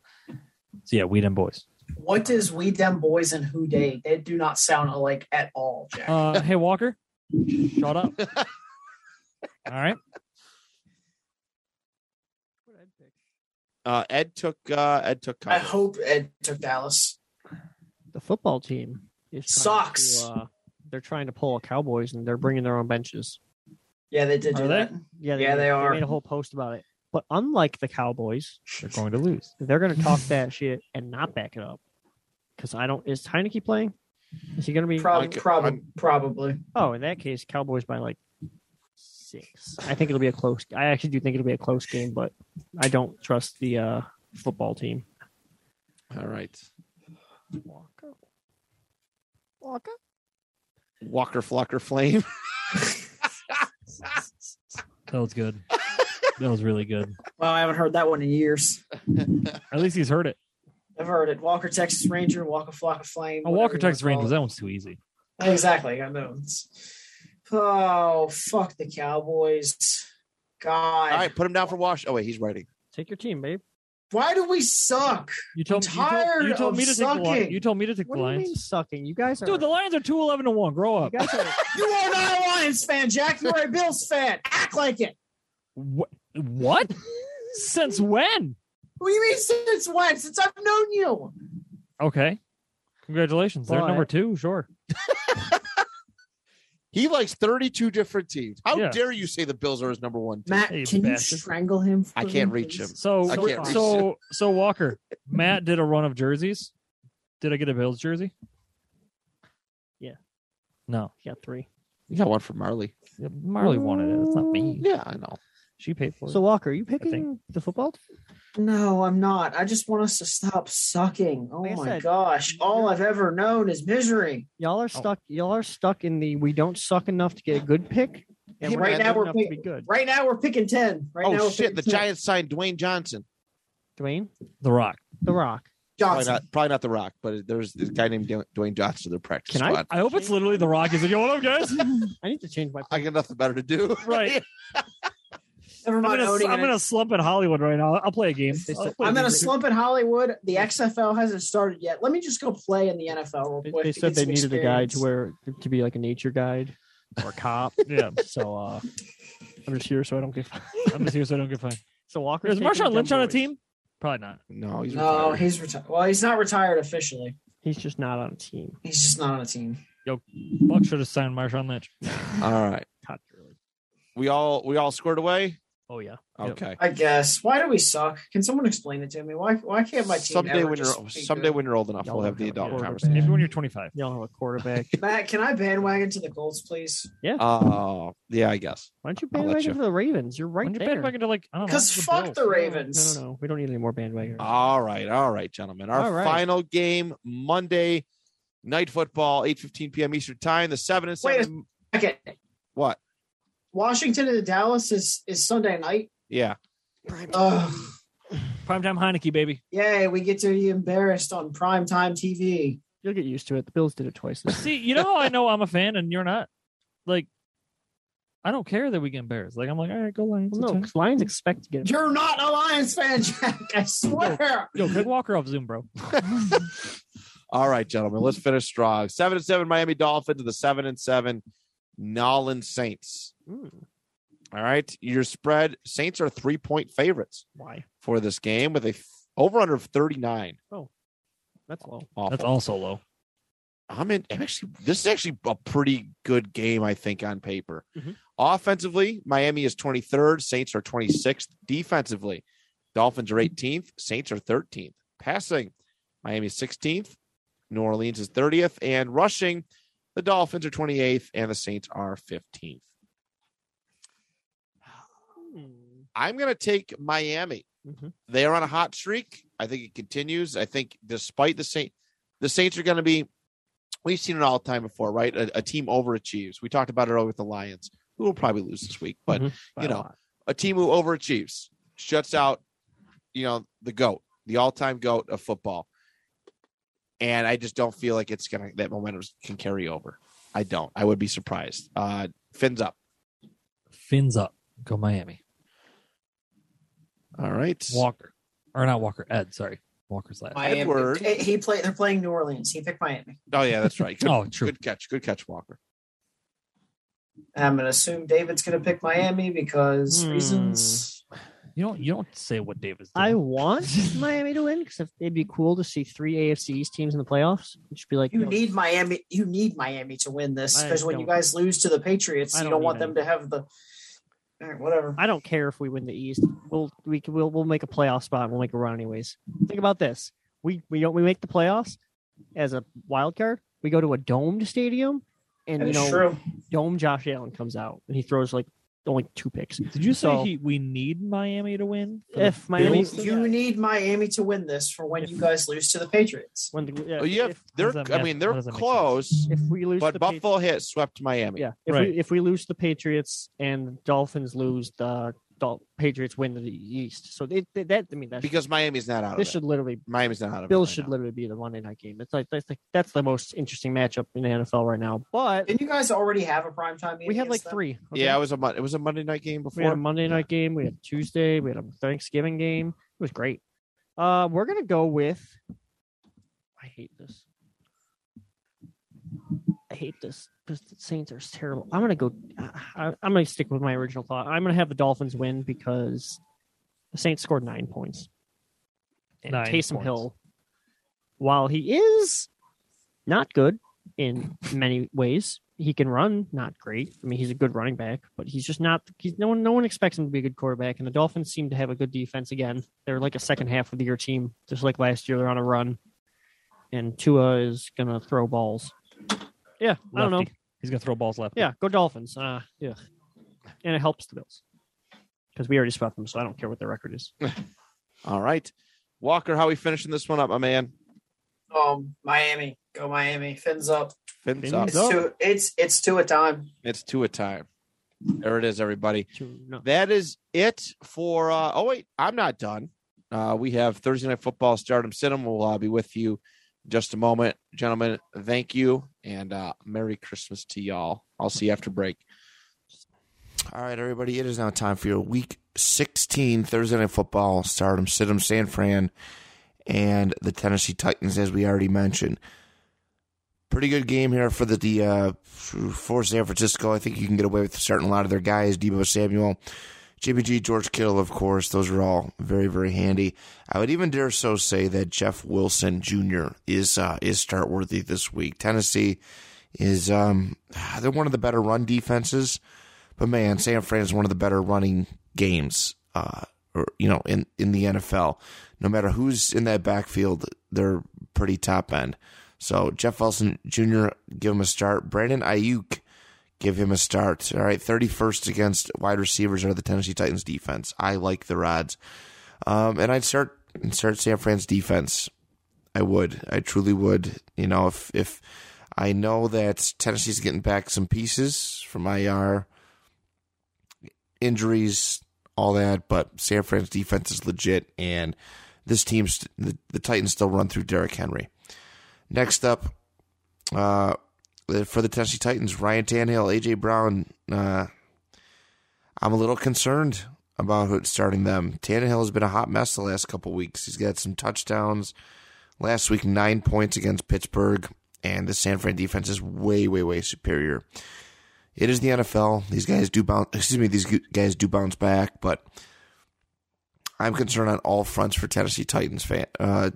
Speaker 3: So yeah, we dem boys.
Speaker 2: What does We Them Boys and Who Day? They do not sound alike at all, Jack.
Speaker 3: Uh, hey Walker, shut up. All right.
Speaker 1: Uh, Ed took uh, Ed took
Speaker 2: I
Speaker 1: cover.
Speaker 2: hope Ed took Dallas.
Speaker 4: The football team is trying to,
Speaker 2: Sucks.
Speaker 4: uh, they're trying to pull a Cowboys, and they're bringing their own benches.
Speaker 2: Yeah, they did do
Speaker 3: Are they?
Speaker 2: that.
Speaker 4: Yeah,
Speaker 2: Yeah, they are.
Speaker 4: made a whole post about it. But unlike the Cowboys,
Speaker 3: They're going to lose.
Speaker 4: they're going to talk that shit and not back it up. Because I don't. Is Heineke playing? Is he going to be?
Speaker 2: Prob-
Speaker 1: Like,
Speaker 2: prob-
Speaker 1: I'm-
Speaker 2: probably.
Speaker 4: oh, in that case, Cowboys by like six. I think it'll be a close. I actually do think it'll be a close game, but I don't trust the uh, football team.
Speaker 1: All right,
Speaker 4: Walker. Walker.
Speaker 1: Walker Flocker Flame.
Speaker 3: That was good. that was really good.
Speaker 2: Well, I haven't heard that one in years.
Speaker 3: At least he's heard it.
Speaker 2: I've heard it. Walker Texas Ranger, Walker Flock of Flame.
Speaker 3: A
Speaker 2: whatever
Speaker 3: Oh, Walker
Speaker 2: you
Speaker 3: Texas
Speaker 2: wanna
Speaker 3: Rangers.
Speaker 2: call
Speaker 3: That one's too easy.
Speaker 2: it. Exactly. I know. It's- Oh fuck the Cowboys. God.
Speaker 1: All right, put him down for wash. Oh wait, he's writing.
Speaker 4: Take your team, babe.
Speaker 2: Why do we suck?
Speaker 3: You told,
Speaker 2: I'm
Speaker 3: you told-
Speaker 2: tired
Speaker 3: you told
Speaker 2: of
Speaker 3: me to take the Lions.
Speaker 2: sucking.
Speaker 3: You told me to take
Speaker 4: What
Speaker 3: the
Speaker 4: do you
Speaker 3: Lions.
Speaker 4: mean sucking? You guys are.
Speaker 3: Dude, the Lions are two eleven to one. Grow
Speaker 4: you
Speaker 3: up.
Speaker 4: guys are
Speaker 2: You are not a Lions fan, Jack. You are a Bills fan. Act like it.
Speaker 3: Wh- what? Since when?
Speaker 2: What do you mean since when? Since I've known you.
Speaker 3: Okay. Congratulations. They're
Speaker 4: But-
Speaker 3: number two. Sure.
Speaker 1: He likes 32 different teams. How
Speaker 3: Yeah.
Speaker 1: dare you say the Bills are his number one team?
Speaker 2: Matt,
Speaker 3: Hey,
Speaker 2: can you
Speaker 3: bastard.
Speaker 2: strangle him? for
Speaker 1: I
Speaker 2: me,
Speaker 1: can't reach
Speaker 2: please?
Speaker 1: him.
Speaker 3: So
Speaker 1: I
Speaker 4: can't reach
Speaker 3: so so Walker, Matt did a run of jerseys. Did I get a Bills jersey?
Speaker 4: Yeah.
Speaker 3: No.
Speaker 4: You got three.
Speaker 1: You got one for Marley.
Speaker 3: Marley wanted it. It's not me.
Speaker 1: Yeah, I know.
Speaker 3: She paid for it.
Speaker 4: So Walker, are you picking
Speaker 3: think-
Speaker 4: the football? team?
Speaker 2: No, I'm not. I just want us to stop sucking. Oh
Speaker 4: Like I
Speaker 2: my
Speaker 4: said,
Speaker 2: gosh. All I've ever known is misery.
Speaker 4: Y'all are stuck. Y'all are stuck in the we don't suck enough to get a good pick, and
Speaker 1: Hey,
Speaker 4: we're
Speaker 1: right
Speaker 4: not
Speaker 2: now
Speaker 4: good
Speaker 2: we're
Speaker 4: enough to
Speaker 2: pick-
Speaker 4: be good.
Speaker 2: Right now we're picking 10. Right now
Speaker 1: oh
Speaker 2: we're
Speaker 1: shit,
Speaker 2: picking
Speaker 1: the
Speaker 2: 10.
Speaker 1: Giants signed Dwayne Johnson.
Speaker 4: Dwayne,
Speaker 3: the Rock.
Speaker 4: The Rock.
Speaker 1: Probably
Speaker 2: Johnson.
Speaker 1: not, probably not the Rock, but there's this guy named Dwayne- Dwayne Johnson. Their practice
Speaker 4: Can I-
Speaker 1: squad.
Speaker 3: I hope it's literally the Rock. Is it? Yo, what up, guys?
Speaker 4: I need to change my.
Speaker 1: I got nothing better to do.
Speaker 3: Right.
Speaker 2: Never
Speaker 3: I'm
Speaker 2: mind
Speaker 3: gonna,
Speaker 2: owning
Speaker 3: I'm
Speaker 2: it.
Speaker 3: gonna slump in Hollywood right now. I'll play a game.
Speaker 4: They
Speaker 3: I'll
Speaker 4: said-
Speaker 3: play
Speaker 2: I'm in a
Speaker 3: game.
Speaker 2: slump in Hollywood. The XFL hasn't started yet. Let me just go play in the NFL
Speaker 4: They,
Speaker 2: real quick.
Speaker 4: they
Speaker 2: to
Speaker 4: said
Speaker 2: get
Speaker 4: they
Speaker 2: some
Speaker 4: needed a guy
Speaker 2: experience.
Speaker 4: to wear to be like a nature guide or a cop.
Speaker 3: Yeah.
Speaker 4: so uh, I'm just here so I don't get.
Speaker 3: I'm just here so I don't get fined.
Speaker 4: So Walker
Speaker 3: Is Marshawn Lynch on a team? Probably not.
Speaker 1: No, he's
Speaker 2: No,
Speaker 1: retired.
Speaker 2: he's retired. Well, he's not retired officially.
Speaker 4: He's just not on a team.
Speaker 2: He's just not on a team.
Speaker 3: Buck should have signed Marshawn Lynch.
Speaker 1: All right,
Speaker 4: Todd Gurley.
Speaker 1: we all we all squared away.
Speaker 4: Oh yeah. Yep.
Speaker 1: Okay.
Speaker 2: I guess. Why do we suck? Can someone explain it to me? Why? Why can't my team
Speaker 1: Someday
Speaker 2: ever
Speaker 1: when
Speaker 2: just
Speaker 1: you're
Speaker 2: be
Speaker 1: someday
Speaker 2: good?
Speaker 1: when you're old enough,
Speaker 4: Y'all
Speaker 1: we'll have the
Speaker 4: have a
Speaker 1: adult
Speaker 4: quarterback.
Speaker 1: conversation.
Speaker 3: Maybe when you're 25.
Speaker 4: Y'all have a quarterback.
Speaker 2: Matt? Can I bandwagon to the Colts, please?
Speaker 1: Oh, yeah, I guess.
Speaker 4: Why don't you
Speaker 1: I'll let
Speaker 4: bandwagon
Speaker 1: you.
Speaker 4: for the Ravens? You're right
Speaker 3: When you're
Speaker 4: there.
Speaker 3: bandwagon to like, I don't know.
Speaker 2: Because fuck
Speaker 3: Bills.
Speaker 2: the
Speaker 4: No,
Speaker 2: Ravens.
Speaker 4: no, no. We don't need any more bandwagon.
Speaker 1: All right, all right, gentlemen. Our
Speaker 4: All right.
Speaker 1: final game Monday night football, eight fifteen p.m. Eastern time. The seven and
Speaker 2: Wait a-
Speaker 1: seven.
Speaker 2: Okay.
Speaker 1: What?
Speaker 2: Washington and Dallas is is Sunday night.
Speaker 1: Yeah,
Speaker 2: Ugh.
Speaker 3: Primetime Heineke, baby.
Speaker 2: Yay, we get to be embarrassed on primetime TV.
Speaker 4: You'll get used to it. The Bills did it twice. This
Speaker 3: See, you know how I know I'm a fan and you're not? Like, I don't care that we get embarrassed. Like, I'm like, all right, go Lions.
Speaker 4: Well, no, 'cause Lions expect to get.
Speaker 2: You're not a Lions fan, Jack. I swear.
Speaker 3: Yo, Greg Walker off Zoom, bro.
Speaker 1: all right, gentlemen. Let's finish strong. Seven and seven Miami Dolphins to the seven and seven Nolan Saints.
Speaker 4: Mm,
Speaker 1: All right, your spread Saints are three point favorites
Speaker 4: why?
Speaker 1: for this game with a f- over under of thirty nine.
Speaker 4: That's low.
Speaker 3: That's also low.
Speaker 1: I'm in. I'm actually, this is actually a pretty good game, I think, on paper.
Speaker 4: Mhm.
Speaker 1: Offensively, Miami is 23rd, Saints are 26th. Defensively, Dolphins are 18th, Saints are 13th. Passing, Miami is 16th, New Orleans is 30th, and rushing, the Dolphins are 28th, and the Saints are 15th. I'm going to take Miami.
Speaker 4: Mhm.
Speaker 1: They are on a hot streak. I think it continues. I think despite the Saint, the Saints are going to be. We've seen it all the time before, right? A, a team overachieves. We talked about it over with the Lions, who will probably lose this week, but
Speaker 4: Mhm.
Speaker 1: you know, Mm-hmm. a team who overachieves shuts out, you know, the goat, the all-time goat of football. And I just don't feel like it's gonna that momentum can carry over. I don't. I would be surprised. Uh, fins up.
Speaker 3: Fins up. Go Miami.
Speaker 1: All right.
Speaker 3: Walker. Or not Walker. Ed, sorry. Walker's last.
Speaker 2: Miami.
Speaker 1: Edward.
Speaker 2: He played. They're playing New Orleans. He picked Miami.
Speaker 1: Oh yeah, that's right. Good,
Speaker 3: Oh, true.
Speaker 1: good catch. Good catch, Walker.
Speaker 2: I'm gonna assume David's gonna pick Miami because
Speaker 4: Hmm.
Speaker 2: reasons.
Speaker 3: You don't you don't say what Davis did.
Speaker 4: I want Miami to win because it'd be cool to see three AFC East teams in the playoffs. It should be like
Speaker 2: You
Speaker 4: you know,
Speaker 2: need Miami. You need Miami to win this
Speaker 4: I
Speaker 2: because when you
Speaker 4: don't-
Speaker 2: guys lose to the Patriots,
Speaker 4: I
Speaker 2: you
Speaker 4: don't
Speaker 2: don't
Speaker 4: need
Speaker 2: want them to have the. All right, whatever.
Speaker 4: I don't care if we win the East. We'll we can, we'll we'll make a playoff spot. and We'll make a run anyways. Think about this. We we don't we make the playoffs as a wild card. We go to a domed stadium, and
Speaker 2: That
Speaker 4: you
Speaker 2: is
Speaker 4: know
Speaker 2: true.
Speaker 4: dome Josh Allen comes out and he throws like only two picks.
Speaker 3: Did you say
Speaker 4: So-
Speaker 3: he, we need Miami to win? for the
Speaker 4: If Miami-
Speaker 3: Bills?
Speaker 2: You need Miami to win this for when you guys lose to the Patriots.
Speaker 4: When the,
Speaker 5: Oh, you have,
Speaker 4: if,
Speaker 3: how
Speaker 5: they're.
Speaker 3: does that
Speaker 5: I
Speaker 3: make-
Speaker 5: mean,
Speaker 3: how
Speaker 5: they're
Speaker 3: does that make sense?
Speaker 5: close,
Speaker 4: if we lose,
Speaker 5: but
Speaker 4: the
Speaker 5: Buffalo hit swept Miami.
Speaker 4: Yeah, if
Speaker 3: Right.
Speaker 4: we if we lose the Patriots and the Dolphins lose, the Dol- Patriots win the East. So they, they, that I mean that
Speaker 5: because Miami's not out
Speaker 4: should, this
Speaker 5: of it.
Speaker 4: should literally
Speaker 5: Miami's not out of
Speaker 4: Bills
Speaker 5: it. right
Speaker 4: should
Speaker 5: now.
Speaker 4: literally be the Monday night game. It's like that's like that's the most interesting matchup in the NFL right now. But
Speaker 2: Didn't you guys already have a primetime game?
Speaker 4: we had like
Speaker 2: against them?
Speaker 4: three. okay?
Speaker 5: Yeah, it was a Mon- it was a Monday night game
Speaker 4: we had a
Speaker 5: before.
Speaker 4: Monday night game. We had Tuesday. We had a Thanksgiving game. It was great. Uh, we're gonna go with. I hate this. I hate this because the Saints are terrible. I'm gonna go. I, I- I'm gonna stick with my original thought. I'm gonna have the Dolphins win because the Saints scored nine points. And
Speaker 3: Nine
Speaker 4: Taysom
Speaker 3: points.
Speaker 4: Hill, while he is not good in many ways, he can run not great. I mean, he's a good running back, but he's just not. He's no one. No one expects him to be a good quarterback. And the Dolphins seem to have a good defense again. They're like a second half of the year team, just like last year. They're on a run, and Tua is gonna throw balls. Yeah, I don't know.
Speaker 3: Lefty. He's gonna throw balls left.
Speaker 4: Yeah, go Dolphins. Uh, yeah, and it helps the Bills because we already swept them, so I don't care what their record is.
Speaker 5: All right, Walker, how we finishing this one up, my man?
Speaker 2: Um, Miami, go Miami. Fins up.
Speaker 5: Fins
Speaker 4: Fins
Speaker 5: up.
Speaker 2: It's two. It's it's two a time.
Speaker 5: It's two a time. There it is, everybody.
Speaker 4: Two- no.
Speaker 5: That is it for. Uh, oh wait, I'm not done. Uh, we have Thursday night football. Stardom Cinema will uh, be with you in just a moment, gentlemen. Thank you and uh, Merry Christmas to y'all. I'll see you after break. All right, everybody. It is now time for your Week 16 Thursday night football. Stardom Sidham, San Fran, and the Tennessee Titans, as we already mentioned. Pretty good game here for the, the uh, for San Francisco. I think you can get away with starting a lot of their guys: Debo Samuel, Jimmy G, George Kittle, of course. Those are all very, very handy. I would even dare so say that Jeff Wilson Jr. is uh, is start worthy this week. Tennessee is um, they're one of the better run defenses, but man, San Fran is one of the better running games. Uh, or you know, in in the NFL, no matter who's in that backfield, they're pretty top end. So Jeff Wilson Jr. give him a start. Brandon Ayuk give him a start. All right, 31st against wide receivers are the Tennessee Titans defense. I like the rods. Um, and I'd start start San Fran's defense. I would. I truly would. You know, if if I know that Tennessee's getting back some pieces from IR injuries, all that, but San Fran's defense is legit and this team's the, the Titans still run through Derrick Henry. Next up, uh for the Tennessee Titans, Ryan Tannehill, AJ Brown. Uh, I'm a little concerned about who- starting them. Tannehill has been a hot mess the last couple weeks. He's got some touchdowns. Last week, nine points against Pittsburgh, and the San Fran defense is way, way, way superior. It is the NFL. These guys do bounce. Excuse me. These guys do bounce back, but I'm concerned on all fronts for Tennessee Titans fan uh,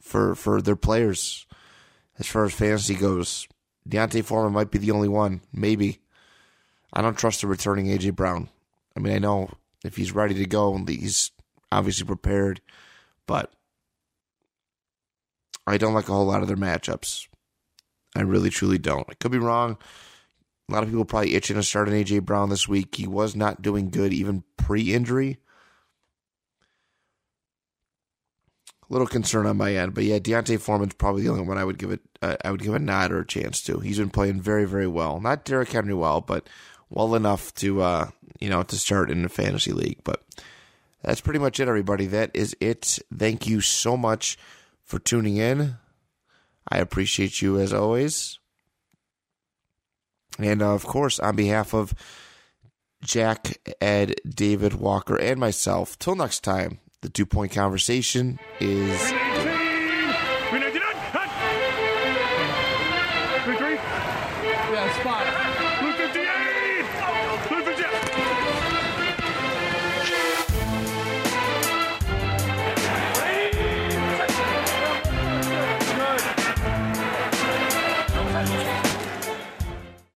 Speaker 5: for for their players as far as fantasy goes. Deontay Foreman might be the only one. Maybe. I don't trust the returning AJ Brown. I mean, I know if he's ready to go and he's obviously prepared, but I don't like a whole lot of their matchups. I really, truly don't. I could be wrong. A lot of people probably itching to start an AJ Brown this week. He was not doing good even pre-injury. a little concern on my end, but yeah, Deontay Foreman's probably the only one I would give it. Uh, I would give a nod or a chance to. He's been playing very, very well. Not Derrick Henry well, but well enough to uh, you know to start in the fantasy league. But that's pretty much it, everybody. That is it. Thank you so much for tuning in. I appreciate you as always, and uh, of course, on behalf of Jack, Ed, David Walker, and myself. Till next time, the two point conversation is.
Speaker 6: Grenadine!